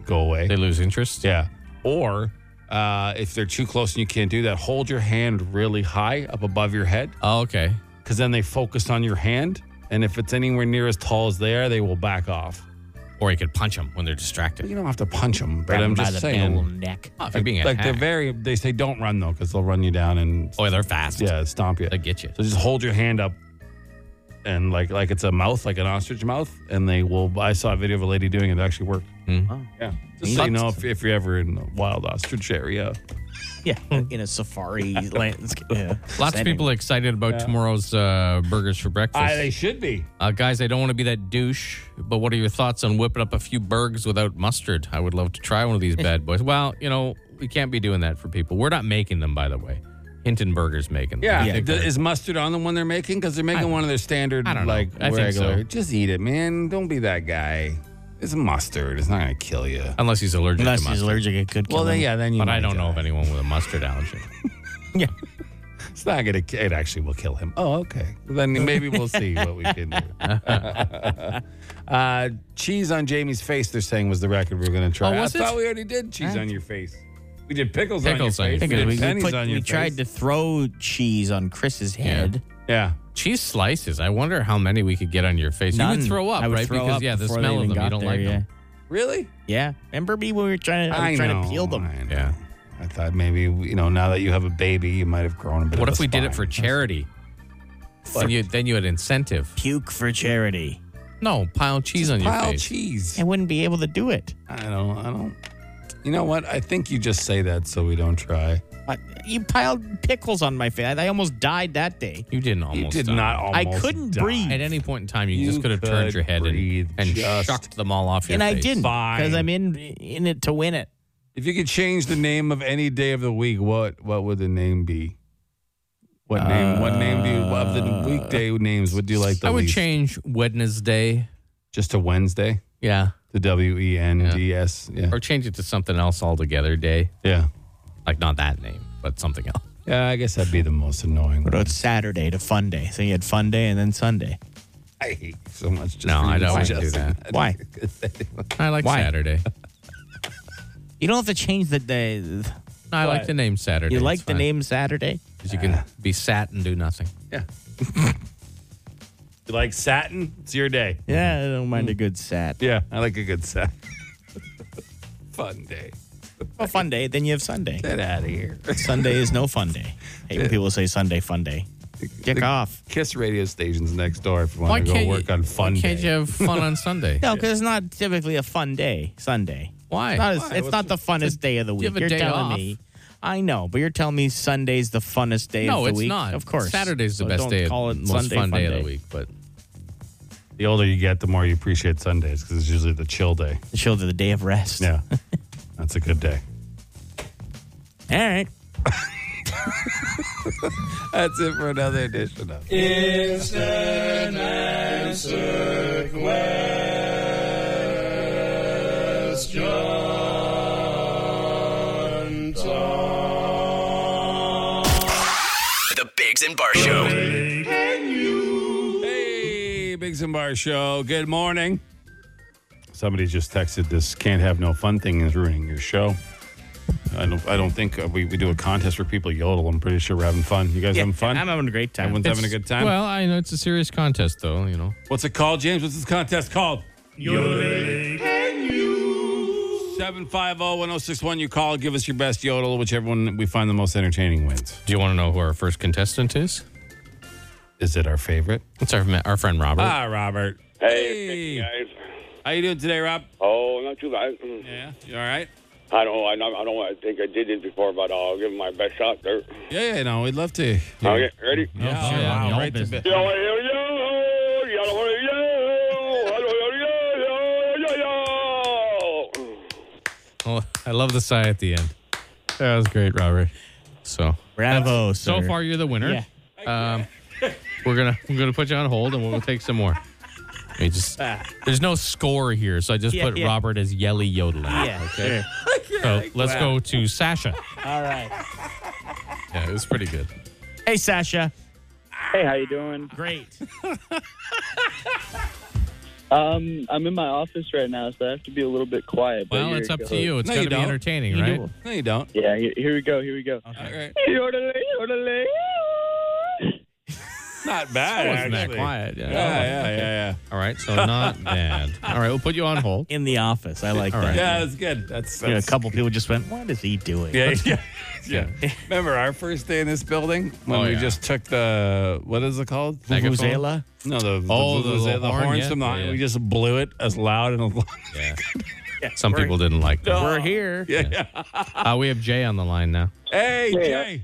go away. They lose interest. yeah. Or uh, if they're too close and you can't do that, hold your hand really high up above your head, Oh, okay. because then they focus on your hand, and if it's anywhere near as tall as they are, they will back off. Or you could punch them when they're You distracted. don't have to punch them, but Grab I'm him by just the saying. little neck. Oh, if you're being like they're attacked. very, they say don't run though, because they'll run you down and Oh, they're fast. yeah, stomp you. They get you. So just hold your hand up and like like it's a mouth, like an ostrich mouth, and they will. I saw a video of a lady doing it. It actually worked. Yeah. Just so you know if, if you're ever in a wild ostrich area. Yeah. <laughs> In <laughs> a safari landscape. Yeah. Lots of people excited about tomorrow's uh, burgers for breakfast. they should be. Uh, guys, I don't want to be that douche, but what are your thoughts on whipping up a few burgers without mustard? I would love to try one of these bad <laughs> boys. Well, you know, we can't be doing that for people. We're not making them, by the way. Hinton Burgers making them. Yeah. I think Th- they're- Is mustard on the one they're making? Because they're making one of their standard, I don't know. like I think regular. so. Just eat it, man. Don't be that guy. It's mustard. It's not gonna kill you. unless he's allergic Unless to he's mustard. allergic, it could kill Well, then, him. yeah, then you. but I might don't know die. of anyone with a mustard allergy. It's not gonna. ki- It actually will kill him. Oh, okay. Then maybe we'll <laughs> see what we can do. uh, cheese on Jamie's face. They're saying was the record we were gonna try. Oh, was I it? thought we already did cheese on your face. We did pickles, Pickles on on your your face. face. We Because did we, we, pennies put, on your we tried to face. throw cheese on Chris's head. Yeah. Cheese slices. I wonder how many we could get on your face. You None. would throw up, I would right? throw because up yeah, the before they smell of even them. You got don't there, like yeah. them. Really? Yeah. Remember me when we were trying to, I was trying to know, peel them. I know. Yeah. I thought maybe you know now that you have a baby, you might have grown a bit. What of if a we did it for spine. charity? Then you, then you had incentive. Puke for charity. No, pile cheese on your Pile face. cheese. I wouldn't be able to do it. I don't. I don't. You know what? I think you just say that so we don't try. I- You piled pickles on my face. I almost died that day. You didn't almost. you did die. not. Almost I couldn't die. breathe. At any point in time, you, You just could have turned could your head breathe and, and just shucked them all off your and I face. didn't because Fine. I'm in in it to win it. If you could change the name of any day of the week, what what would the name be? What name? What name do you of the weekday names? Would you like? The Uh, I would least? change Wednesday. just to Wednesday. Yeah. The W E N D S. Yeah. Or change it to something else altogether, day. Yeah. Like, not that name, but something else. Yeah, I guess that'd be the most annoying What one. about Saturday to Fun Day? So you had Fun Day and then Sunday. I hate you so much. Just No, for I you don't wanna do suggesting that. Why? I like Saturday. You don't have to change the day. You No, I like the name Saturday. It's like the fine. name Saturday? 'Cause You <sighs> can be sat and do nothing. <laughs> Yeah. you like satin? It's your day. Yeah, I don't mind a good sat. Yeah, I like a good satin. <laughs> Fun day. Well, fun day, then you <laughs> have Sunday. Get out of here. Sunday is no fun day. Hey, when people say Sunday fun day, kick off. Kiss radio stations next door if you want to go work on fun why can't day. you have fun on Sunday? <laughs> No, because it's not typically a fun day. Sunday. Why? Not as- Why? it's not the funnest day of the week. have a you're day telling off. me. I know, but you're telling me Sunday's the funnest day no, of the it's week. not. Of course. Saturday's the So best don't day, Call it most Sunday fun day of the week. But The older you get, the more you appreciate Sundays because it's usually the chill day. The show the day of rest. Yeah. That's a good day. All right. That's it for another edition of The Bigs and Bar Show. Hey, Big Zimbar Show. Good morning. Somebody just texted this can't have no fun thing is ruining your show. I don't I don't think uh, we, we do a contest where people yodel. I'm pretty sure we're having fun. You guys having fun? I'm having a great time. Everyone's having a good time. well, I know it's a serious contest, though. You know, What's it called, James? What's this contest called? Yodeling. 750-1061. You call, give us your best yodel, whichever one we find the most entertaining wins. do you want to know who our first contestant is? Is it our favorite? It's our ma- our friend Robert. Ah, Robert. Hey, guys. How you doing today, Rob? Oh, not too bad. Yeah. You all right? I don't. I don't. I don't I think I did it before, but I'll give it my best shot there. Yeah, yeah, no, we'd love to. Okay, ready? Oh, Yeah, sure. wow, Y'all right to business. Yo, bit. yo, yo, yo, yo, yo, yo, yo, yo, yo, yo. Oh, I love the sigh at the end. That was great, Robert. So Bravo, so sir. far you're the winner. Um, we're gonna we're gonna put you on hold and we'll take some more. I mean, just there's no score here, so I just Ah. Yeah, put yeah. Robert as yelly yodeling. Yeah. Okay. So let's go to Sasha. All right. Yeah, it was pretty good. Hey, Sasha. Hey, how you doing? Great. Um, I'm in my office right now, so I have to be a little bit quiet. but Well, here it's it up to goes. you. It's No, got to you be don't. entertaining, You right? do- No, you don't. Yeah, here, here we go. Here we go. All right. Yodelay, yodelay. <laughs> Not bad. Wasn't that actually. quiet? Yeah. Yeah, yeah, yeah, All right, so <laughs> not bad. All right, we'll put you on hold. <laughs> In the office. I like All that. yeah. right. Yeah, that's good. That's, You know, a that's couple people just went, what is he doing? Yeah, yeah, <laughs> yeah. Remember our first day in this building when Oh, we yeah. just took the what is it called? Vuvuzela? No, the Oh, the, the vuvuzela, little the horn, horns yeah. from the Yeah, yeah. we just blew it as loud <laughs> and as long. Yeah. Some people didn't like that. We're here. Yeah. yeah. Uh, we have Jay on the line now. Hey, Yeah. Jay, uh,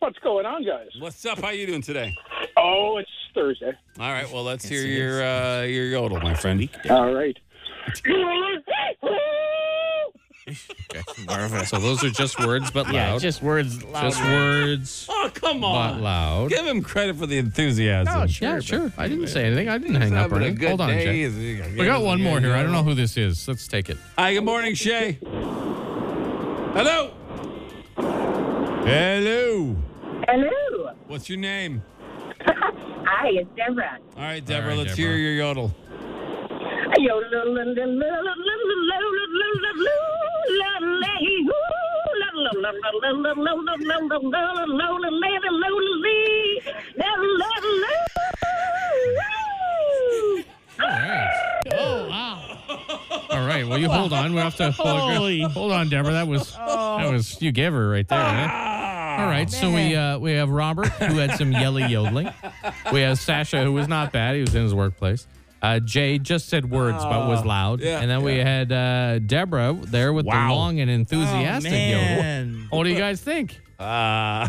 What's going on, guys? what's up? How you doing today? Oh, it's Thursday. All right, well let's hear your uh, your yodel, my friend. All right. <laughs> So those are just words, but loud. Yeah, just words loud. Just words, Oh come but on! loud. Give him credit for the enthusiasm. Oh, Yeah, sure. sure. I didn't say anything. I didn't hang up Having or a anything. good Hold on, day. Jay. He's- We got one more here. I don't know who this is. Let's take it. Hi, good morning, Shay. Hello. Hello. Hello. What's your name? <laughs> Hi, it's Deborah. All right, Deborah, right, let's hear Deborah. your yodel. All right. Oh wow. All right. Well, you hold on. We have to Holy. hold on, Deborah. That <laughs> was Oh. that was you gave her right there. Ah. Right? All right. So we uh, we have Robert who had some yelly <laughs> yodeling. We have Sasha who was not bad. He was in his workplace. Uh, Jay just said words but was loud. Oh. yeah, and then we had uh, Deborah there with the long and enthusiastic Oh, yodel. man. What do you guys think? Uh,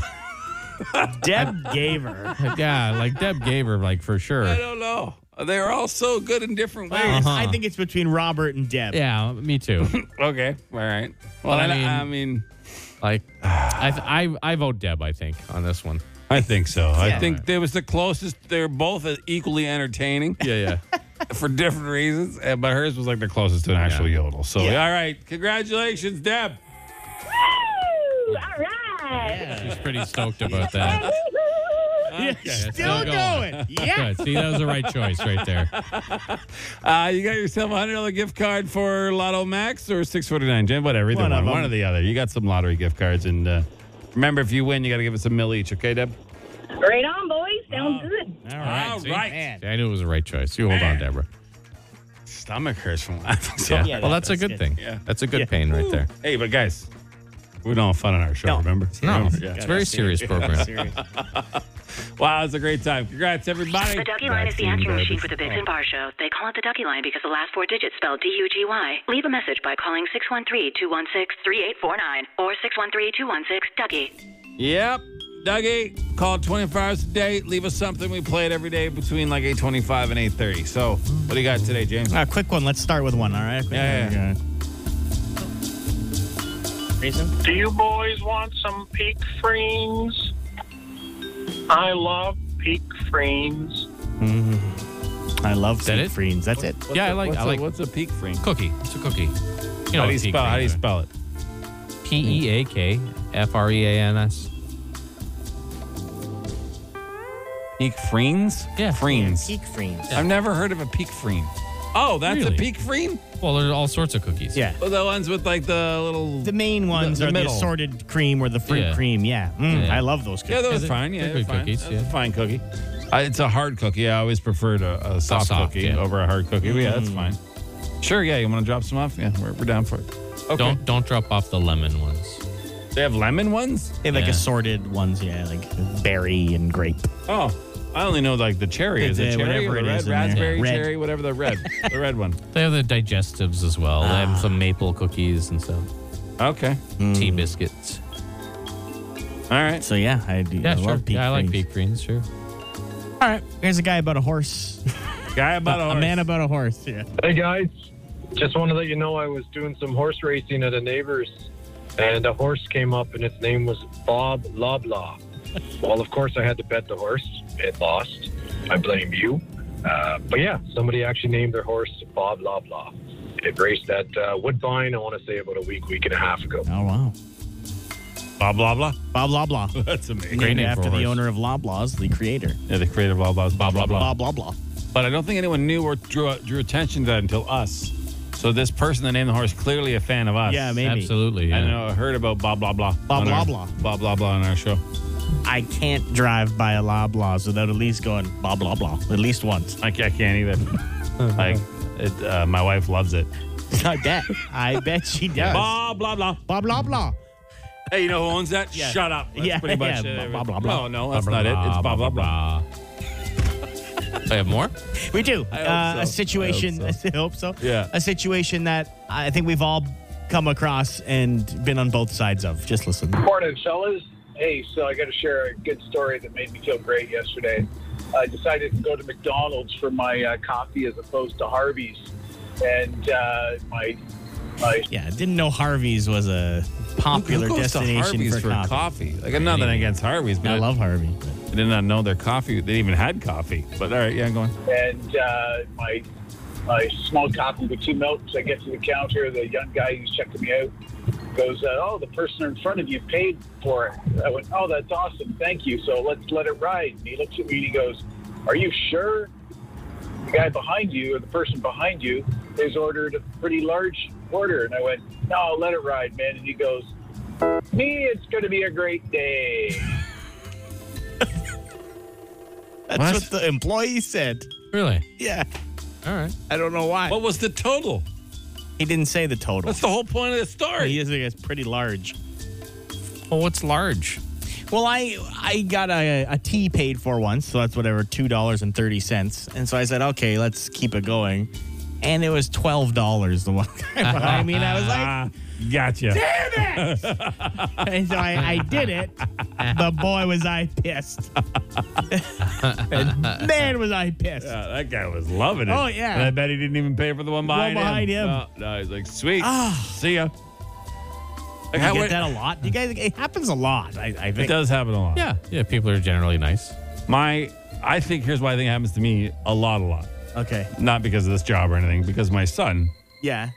Deb gave <laughs> her. yeah, like Deb gave her like for sure. I don't know. They're all so good in different ways. Well, I think it's between Robert and Deb. Yeah, me <laughs> too. Okay, all right. Well, I I mean- I mean, Like, I, th- I I vote Deb. I think on this one. I think so. I Yeah. think there was the closest. They're both equally entertaining. <laughs> Yeah, yeah. for different reasons, and- but hers was like the closest to an actual yodel. So, all right, congratulations, Deb. Woo! All right. She's pretty stoked about that. <laughs> Woo-hoo. Okay, still it's going. going. Yeah. Good. See, that was the right choice right there. Uh, you got yourself a hundred dollar gift card for Lotto Max or six forty nine, Jen. Whatever, either One one, of one, them. or the other. You got some lottery gift cards, and uh, remember, if you win, you got to give us a mill each. Okay, Deb. Right on, boys. Sounds good. All right. <laughs> All see? right. Man. I knew it was the right choice. You hold on, Deborah. Stomach hurts from laughing. So, Yeah. yeah, well, that- that's, that's a good good. thing. Yeah. That's a good pain right there. Hey, but guys, we don't have fun on our show. No. Remember? No, Remember? it's Yeah. a very serious program. Serious. Wow, it's a great time. Congrats, everybody. The Ducky Line is the answering machine for the Biggs and Bar Show. They call it the Ducky Line because the last four digits spell D-U-G-Y. Leave a message by calling 613-216-3849 or 613-216-DUCKY. Yep. Dougie, call 24 hours a day. Leave us something. We play it every day between like 825 and 830. So what do you got today, James? A quick one. Let's start with one. All right. Yeah, yeah. Reason? Do you boys want some peak frames? I love peak frames. Mm-hmm. I love that it? St. Friends. That's it. yeah, I like. what's I a- like what's a peak frame? cookie. It's a cookie. You know, How do you what peak spell? How do you frames are. spell it? P E A K F R E A N S. Peak frames? Yeah. Frames. Peak Friends. I've never heard of a peak frame. Oh, that's Really? a peak frame? Well, there's all sorts of cookies. Yeah. Well, the ones with like the little. The main ones the are middle. the assorted cream or the fruit Yeah. cream. Yeah. Mm, Yeah. I love those. yeah, those Cookies. Yeah, are they're- fine. Yeah, they're they're good fine. cookies, That's yeah. a fine cookie. Uh, it's a hard cookie. I always preferred a, a soft, soft, cookie yeah. over a hard cookie. Yeah, that's fine. Sure, yeah. You want to drop some off? Yeah, we're, we're down for it. Okay. Don't don't drop off the lemon ones. They have lemon ones? They have like Yeah. assorted ones. Yeah, like berry and grape. Oh, I only know like the cherry. Is It's, it uh, cherry? whatever or it the red is in there. raspberry, Red. cherry, whatever the red, the red one. They have the digestives as well. They Ah. have some maple cookies and some Okay, tea biscuits. all right. So yeah, I do. Yeah, I sure. love peak yeah, I like Friends. peak greens. Sure. All right. Here's a guy about a horse. Guy about a man about a horse. Yeah. Hey guys, just want to let you know I was doing some horse racing at a neighbor's, and a horse came up, and its name was Bob <laughs> Loblaw. well, of course I had to bet the horse. It lost. I blame you. Uh, but yeah, somebody actually named their horse Bob Loblaw. It raced at uh, Woodbine, I want to say about a week, week and a half ago. Oh wow. blah blah blah. Bob Loblaw. That's amazing. Named name for a after the horse. owner of Loblaws, the creator. Yeah, the creator of blah blah blah blah blah. Bob Loblaw. But I don't think anyone knew or drew drew attention to that until us. So this person that named the horse clearly a fan of us. Yeah, maybe. Absolutely. Yeah. I know. I heard about blah blah blah. Blah, on blah, our- blah. blah blah blah on our show. I can't drive by a Loblaws without at least going blah blah blah at least once. <laughs> Like I can't either. like it, uh, my wife loves it. I bet. I bet she does. Blah blah blah. Blah blah blah. Hey, you know who owns that? Yeah. Shut up. That's Yeah, pretty much yeah, it. blah, blah, blah. No, no, that's Blah, not blah, it. It's blah blah blah. blah. Do I have more? We do. hope Uh, so. I A hope situation. <laughs> I hope, so. Yeah. A situation that I think we've all come across and been on both sides of. Just listen. Morning, fellas. Hey, so I got to share a good story that made me feel great yesterday. I decided to go to McDonald's for my uh, coffee as opposed to Harvey's, and uh, my my Yeah. Didn't know Harvey's was a popular Who goes to destination Harvey's for coffee. Like I'm nothing against Harvey's, but I love Harvey. I did not know their coffee. They even had coffee. But all right, yeah, go on. and uh, my my small coffee with two milks. I get to the counter. The young guy who's checking me out goes, uh, "Oh, the person in front of you paid for it." I went, "Oh, that's awesome. Thank you. So let's let it ride." And he looks at me and he goes, "Are you sure?" The guy behind you or the person behind you has ordered a pretty large order, and I went, "No, let it ride, man." And he goes, "Me, it's going to be a great day." That's What? what, the employee said. Really? Yeah. All right. I don't know why. What was the total? he didn't say the total. That's the whole point of the story. He is it's pretty large. Well, what's large? Well, I I got a, a tea paid for once, so that's whatever two dollars and thirty cents. And so I said, okay, let's keep it going. And it was twelve dollars the one <laughs> time behind me, and I was like, Ah, Gotcha. and so I, I did it. But boy, was I pissed! and man, was I pissed! Yeah, Uh, that guy was loving it. Oh, yeah. And I bet he didn't even pay for the one behind behind him. No, no, he's like, sweet. Ah. See ya. Like, you how- get that a lot? You guys, it happens a lot. I, I it think. does happen a lot. Yeah. Yeah. People are generally nice. My, I think here's why I think it happens to me a lot, a lot. Okay. Not because of this job or anything, because my son Yeah.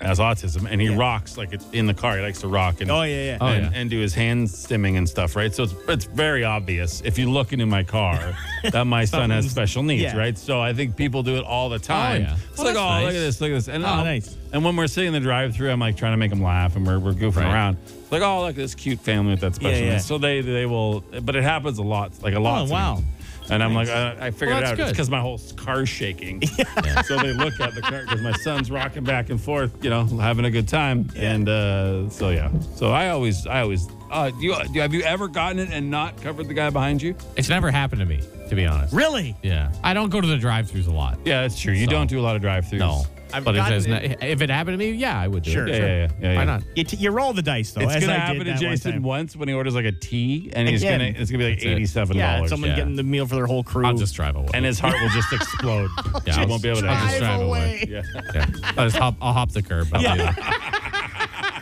has autism and he rocks like it's in the car. He likes to rock and Oh, yeah, yeah. Oh, and, yeah. and do his hand stimming and stuff, right? So it's it's very obvious if you look into my <laughs> car that my son has Something's- special needs, yeah. right? So I think people do it all the time. yeah. It's Well, like, oh, that's look nice. at this, look at this, and Oh, I'll- nice. And when we're sitting in the drive-through, I'm like trying to make them laugh, and we're, we're goofing Right. around. It's like, oh, look at this cute family with that Yeah, special yeah. needs. So they they will, but it happens a lot, like a lot. Oh, to me. wow. And I'm Nice. like, I, I figured Well, it that's out. It's good. because my whole car's shaking. So they look at the car because my son's rocking back and forth, you know, having a good time. And uh, so yeah, so I always, I always, uh, do you, do you- have you ever gotten it and not covered the guy behind you? It's never happened to me, to be honest. Really? Yeah. I don't go to the drive-throughs a lot. Yeah, that's true. You So- don't do a lot of drive-throughs. No. I've but if, gotten it's it. not, if it happened to me, yeah, I would do Sure. it. Yeah, yeah, yeah, yeah, yeah. Why not? You, t- you roll the dice though. it's as gonna I happen did to that one Jason time. once when he orders like a tea, and he's Again. gonna it's gonna be like That's it. eighty-seven dollars. Yeah, someone getting the meal for their whole crew. I'll just drive away. <laughs> and his heart will just explode. Yeah, He I'll won't be able to. I'll just drive away. Yeah. Uh, Yeah. I'll just hop. I'll hop the curb. I'll Yeah. <laughs> do it.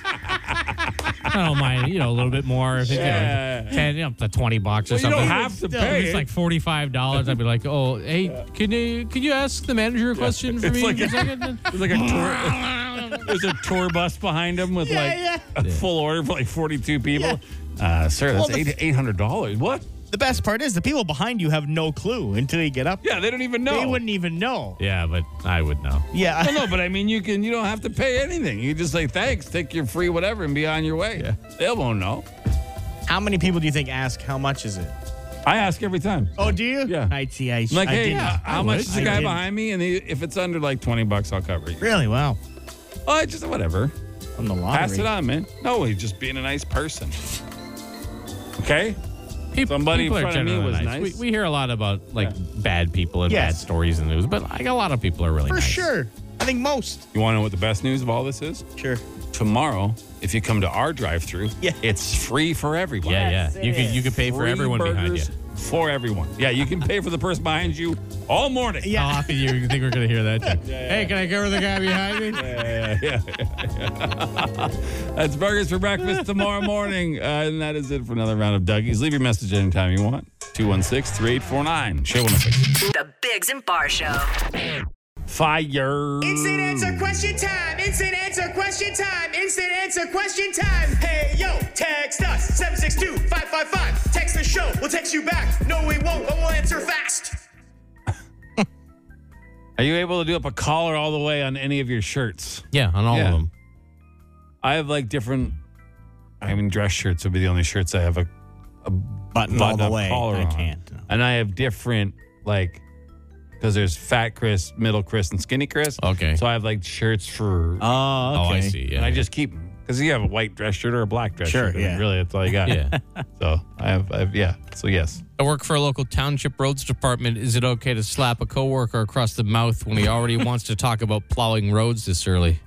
I don't mind, Oh, you know, a little bit more. If, Yeah. you know, ten, you know, up to twenty bucks or Well, you something. don't have to If pay It's it. like forty-five dollars. I'd be like, oh, hey, can you can you ask the manager a question for <laughs> It's me uh, like for a- a second? There's like a tour. <laughs> There's a tour bus behind him with Yeah, like yeah. a full order for like 42 people. Uh, sir, Well, that's the- eight hundred dollars. What? The best part is the people behind you have no clue until you get up. Yeah, they don't even know. They wouldn't even know. Yeah, but I would know. Yeah. Well, no, but I mean, you can. You don't have to pay anything. You just say thanks, take your free whatever, and be on your way. They won't know. <laughs> How many people do you think ask how much is it? I ask every time. Oh, do you? Yeah. I see. I, I'm like, I hey, didn't. uh, how I much would. is the I guy didn't. behind me? And he, if it's under like 20 bucks, I'll cover you. Really? Wow. Oh, I just whatever. On the lottery. Pass it on, man. No, he's just being a nice person. Okay. People, Somebody people in are front of me generally was nice. nice. We, we hear a lot about like bad people and Yeah. bad stories in the news, but like a lot of people are really For nice. sure. I think most. You want to know what the best news of all this is? Sure. Tomorrow, if you come to our drive-through, Yeah. it's free for everyone. Yeah, yeah. you could you could pay for Free everyone behind you. burgers For everyone. Yeah, you can pay for the person behind you all morning. How often you you think we're gonna hear that? <laughs> too. Hey, can I cover the guy behind me? Yeah, yeah, yeah. That's burgers for breakfast tomorrow morning. Uh, and that is it for another round of Dougie's. Leave your message anytime you want. 216 3849. Show 106. The Bigs and Bar Show. Fire. Instant answer question time. Instant answer question time. Instant answer question time. Hey yo, text us 762-555. Text the show. We'll text you back. No, we won't, but we'll answer fast. Are you able to do up a collar all the way on any of your shirts? Yeah, on all Yeah. of them. I have like different. I mean, dress shirts would be the only shirts I have a, a button, all the up way. collar I on. can't, no. And I have different like because there's fat Chris, middle Chris, and skinny Chris. Okay. So I have like shirts for. Oh, Oh, I okay. see. Yeah, and I yeah. just keep because you have a white dress shirt or a black dress Sure, shirt. I mean, yeah. Really, that's all you got. <laughs> yeah. So I have, I have, yeah. So yes. I work for a local township roads department. Is it okay to slap a coworker across the mouth when he <laughs> already wants to talk about plowing roads this early?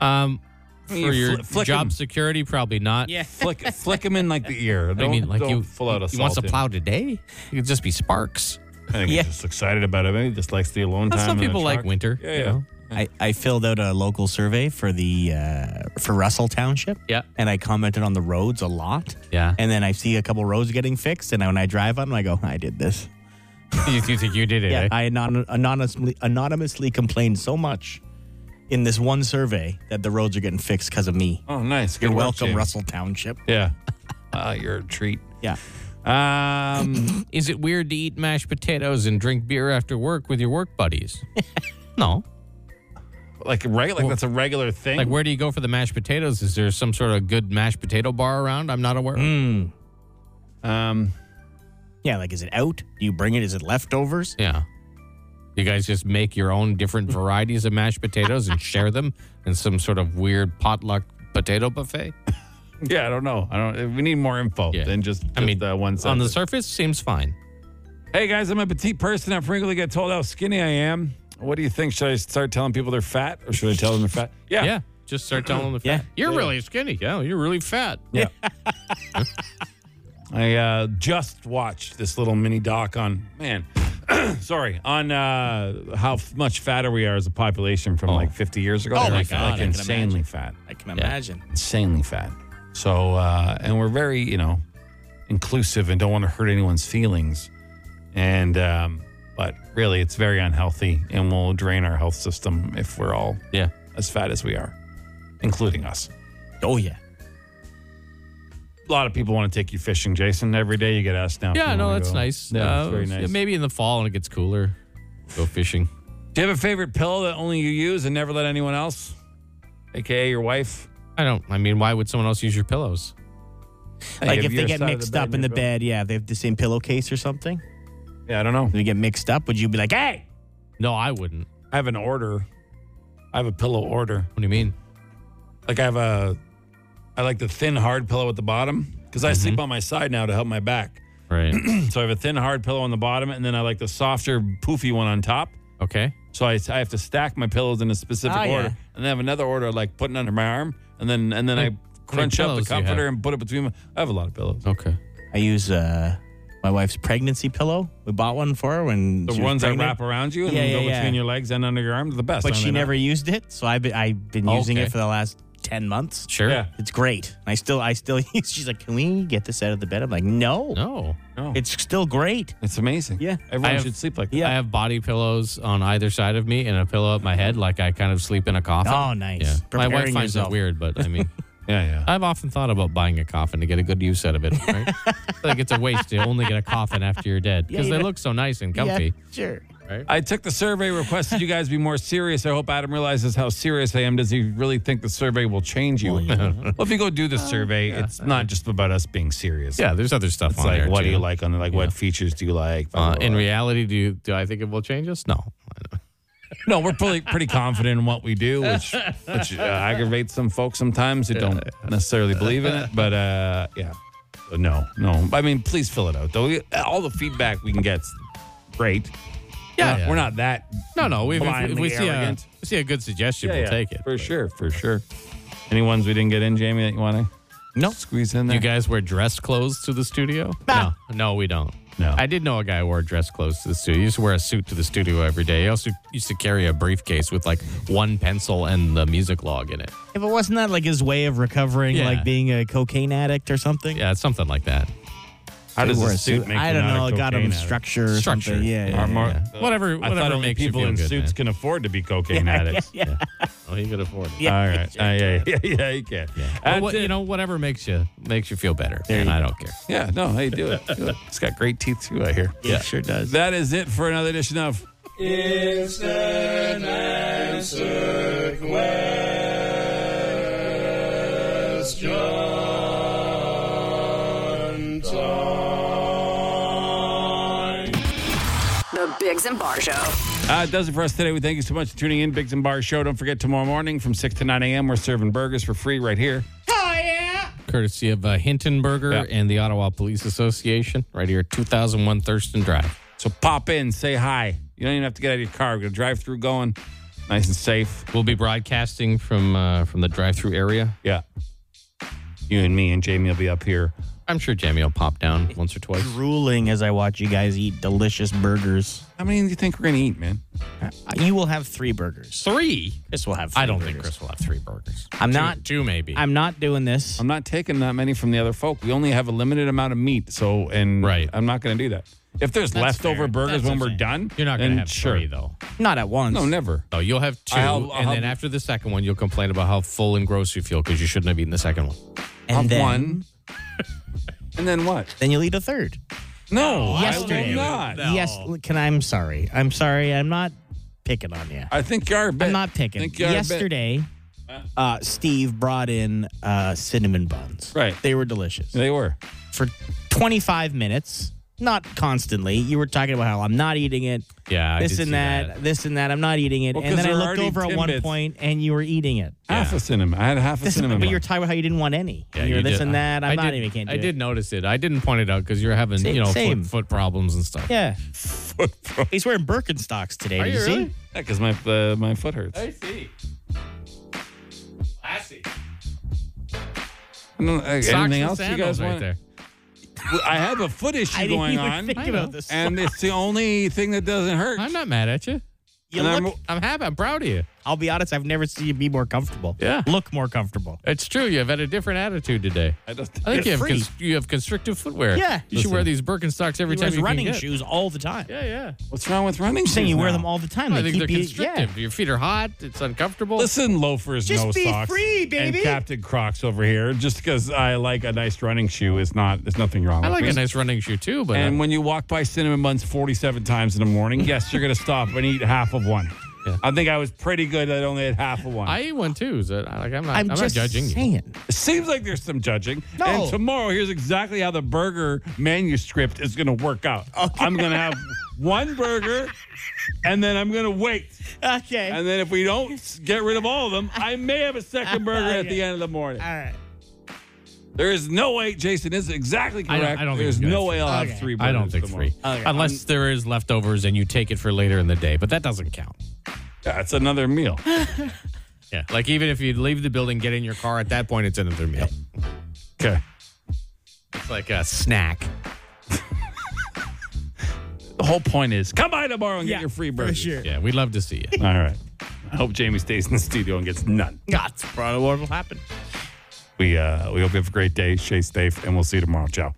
Um, for You your fl- flick job him. security, probably not. Yeah. Flick, flick him in like the ear. I Don't, mean, like don't you, full out he assault. wants to him. plow today. It could just be sparks. <laughs> I think Yeah. he's just excited about it. Maybe he just likes the alone time. some in the people like truck. winter. Yeah, you yeah. know? I, I filled out a local survey for the uh, for Russell Township. Yeah. And I commented on the roads a lot. Yeah. And then I see a couple roads getting fixed, and when I drive on, them, I go, I did this. you, you think you did it? eh? I anon- anonymously anonymously complained so much in this one survey that the roads are getting fixed because of me. Oh, nice. Good You're work, welcome, Jamie. Russell Township. Yeah. <laughs> Uh, you're a treat. Yeah. Um, Is it weird to eat mashed potatoes and drink beer after work with your work <laughs> buddies? no. like regular, like that's a regular thing. Like, where do you go for the mashed potatoes? Is there some sort of good mashed potato bar around? I'm not aware. of. um, Yeah, like is it out? Do you bring it? Is it leftovers? Yeah. You guys just make your own <laughs> different varieties of mashed potatoes and share them in some sort of weird potluck potato buffet? yeah, I don't know. I don't. We need more info Yeah. than just. I just, mean, uh, one On the sentence. surface, seems fine. Hey guys, I'm a petite person. I frequently get told how skinny I am. What do you think? Should I start telling people they're fat, or should I tell them they're fat? Yeah. Yeah. Just start telling them the Yeah. fat. You're really skinny. Yeah. You're really fat. Yeah. I uh, just watched this little mini doc on man, <clears throat> sorry, on uh, how f- much fatter we are as a population from like 50 years ago. Oh, They're my like, God, I like can insanely fat, I can imagine. insanely fat. So, uh, and we're very you know inclusive and don't want to hurt anyone's feelings. And um, but But really, it's very unhealthy and will drain our health system if we're all yeah as fat as we are, including us. Oh, yeah. A lot of people want to take you fishing, Jason. Every day you get asked now. if yeah, you no, wanna that's go. nice. Yeah, Uh, it's very nice. Maybe in the fall when it gets cooler, go fishing. Do you have a favorite pill that only you use and never let anyone else, aka your wife? I don't. I mean, why would someone else use your pillows? Like if they get mixed up in the bed, yeah, if they have the same pillowcase or something. Yeah, I don't know. They get mixed up. Would you be like, hey? No, I wouldn't. I have an order. I have a pillow order. What do you mean? Like I have a, I like the thin hard pillow at the bottom because I Mm-hmm. sleep on my side now to help my back. Right. so I have a thin hard pillow on the bottom, and then I like the softer poofy one on top. <clears throat> Okay. So I, I have to stack my pillows in a specific Ah, yeah. order, and then I have another order like putting under my arm, and then and then How I many crunch up the pillows do you have? comforter and put it between. My, I have a lot of pillows. Okay. I use uh, my wife's pregnancy pillow. We bought one for her when The she was ones that pregnant. wrap around you and Yeah, go yeah, yeah. between your legs and under your arm, the best. but aren't she they not? never used it, so I've been, I've been using Okay. it for the last ten months. Sure. Yeah. it's great. I still I still <laughs> use. She's like, can we get this out of the bed? I'm like, no, No. No. it's still great. It's amazing. Yeah, Everyone I have- should sleep like that. I have body pillows on either side of me and a pillow up my head, like I kind of sleep in a coffin. Oh, nice. Yeah. My wife Preparing finds yourself. it weird, but I <laughs> mean, yeah, yeah. I've often thought about buying a coffin to get a good use out of it. Right? <laughs> like it's a waste to only get a coffin after you're dead Yeah, because you they know. look so nice and Yeah, comfy. sure. Right? I took the survey, requested you guys be more serious. I hope Adam realizes how serious I am. Does he really think the survey will change you? Well, <laughs> if you go do the survey, it's not just about us being serious. Yeah, there's other stuff It's on like, there. what too. do you like on there? Like, what features do you like? Uh, in reality, do you, do I think it will change us? No. no, we're pretty, pretty confident in what we <laughs> do, which, which uh, aggravates some folks sometimes who don't necessarily believe in it. But uh, yeah, Uh, no, no. I mean, please fill it out, though. We- All the feedback we can get's great. Yeah, We're- yeah. we're not that. No, no. We, if, if blindly we see a, arrogant. we see a good suggestion, Yeah, we'll yeah, take it. for sure, for sure. Any ones we didn't get in, Jamie, that you want to? No. squeeze in Do there. you guys wear dress clothes to the studio? No, no, we don't. No. I did know a guy who wore dress clothes to the studio. He used to wear a suit to the studio every day. He also used to carry a briefcase with like one pencil and the music log in it. If it wasn't that like his way of recovering, Yeah. like being a cocaine addict or something. Yeah, something like that. How They does wore a a suit suit. make I you don't not a know, it got him cocaine addict? structure or Structure. something. Yeah, yeah, Or more- yeah. uh, Whatever- I thought whatever only makes you people feel in good, suits man. can afford to be cocaine <laughs> addicts. Yeah. Oh, he could afford it. Yeah. All right. Uh, yeah, yeah, yeah, you can. Uh, Well, That's what- it. you know, whatever makes you makes you feel better, and I don't care. Yeah, no, hey, <laughs> do it. Do it. It's got great teeth too, I hear. Yeah, sure does. That is it for another edition of The Bigs and Bar Show. Uh, it does it for us today. We thank you so much for tuning in. Biggs and Bar Show. Don't forget tomorrow morning from 6 to 9 a.m. We're serving burgers for free right here. Oh, yeah. Courtesy of uh, Hintonburger Yeah. and the Ottawa Police Association, right here, at 2001 Thurston Drive. So pop in, say hi. You don't even have to get out of your car. We're going to drive through going nice and safe. We'll be broadcasting from uh, from the drive-through area. Yeah. You and me and Jamie will be up here. I'm sure Jamie will pop down once or twice. Drooling as I watch you guys eat delicious burgers. How many do you think we're going to eat, man? Uh, You will have three burgers. Three? Chris will have. Three I don't burgers. think Chris will have three burgers. I'm not- two, maybe. I'm not doing this. I'm not taking that many from the other folk. We only have a limited amount of meat. So, and Right. I'm not going to do that. If there's That's leftover fair. burgers That's when what we're I'm done, You're not then gonna have sure. three though. Not at once. No, never. No, you'll have 2 I'll- and I'll- then after the second one, you'll complain about how full and gross you feel because you shouldn't have eaten the second one. And Have then, one. and then what? then you'll eat a third. No, I Yesterday. will not. Yes. Can I? I'm sorry. I'm sorry. I'm not picking on you. I think you are. a bit. I'm not picking. Think you are a bit. Yesterday, uh, Steve brought in uh, cinnamon buns. Right. They were delicious. They were. For 25 minutes, not constantly. You were talking about how I'm not eating it. Yeah, I This did and see that, that. this and that. I'm not eating it. Well, 'cause and then I they're looked already over at one Timbits. point and you were eating it. Half a cinnamon. I had half a This- cinnamon. but you're bun. talking about how you didn't want any. Yeah, you were you this did- and that. I'm I not did, even can't do I it. did notice it. I didn't point it out because you're having Same- you know same. foot, foot problems and stuff. Yeah. foot. Yeah, He's wearing Birkenstocks today. Are did you see? really? because my uh, my foot hurts. I see. Classy. don't- uh, Socks anything and else you sandals guys right want? there. I have a foot issue I didn't going even on, think I know. about this. and it's the only thing that doesn't hurt. I'm not mad at you. You and I'm- look- I'm happy. I'm proud of you. I'll be honest, I've never seen you be more comfortable. Yeah. Look more comfortable. It's true. You've had a different attitude today. I, don't think you have, Free. cons- you have constrictive footwear. Yeah. You should wear these Birkenstocks every He time wears you can running get. shoes all the time. Yeah, yeah. What's wrong with running I'm saying shoes you wear now? them all the time. I They think keep they're you- yeah. constrictive. Your feet are hot. It's uncomfortable. Listen, loafers, Just no be socks. free, And baby. Captain Crocs over here. Just because I like a nice running shoe is not. There's nothing wrong. I with like me. a nice running shoe too, but And uh, when you walk by cinnamon buns 47 times in the morning, yes, you're going to stop and eat half of one. I think I was pretty good that I only had half of one. I eat one too. So I- like I'm not. I'm, I'm, not just judging you. saying. It seems like there's some judging. No. And tomorrow, here's exactly how the burger manuscript is going to work out. I'm going to have one burger, and then I'm going to wait. Okay. And then if we don't s- get rid of all of them, I may have a second burger at the end of the morning. all right. There is no way, Jason is exactly I correct. don't- I don't think There's it's good. no way I'll Okay. have three burgers I don't think tomorrow. three, unless there is leftovers and you take it for later in the day. But that doesn't count. That's another meal. Yeah, like even if you leave the building, get in your car at that point, it's another meal. Okay. It's like a snack. The whole point is come by tomorrow and Yeah, get your free for burger. sure. Yeah, we'd love to see you. All right. I hope Jamie stays in the studio and gets none. That's probably what will happen. We uh, we hope you have a great day. Stay safe, and we'll see you tomorrow. Ciao.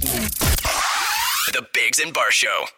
The Bigs and Bar Show.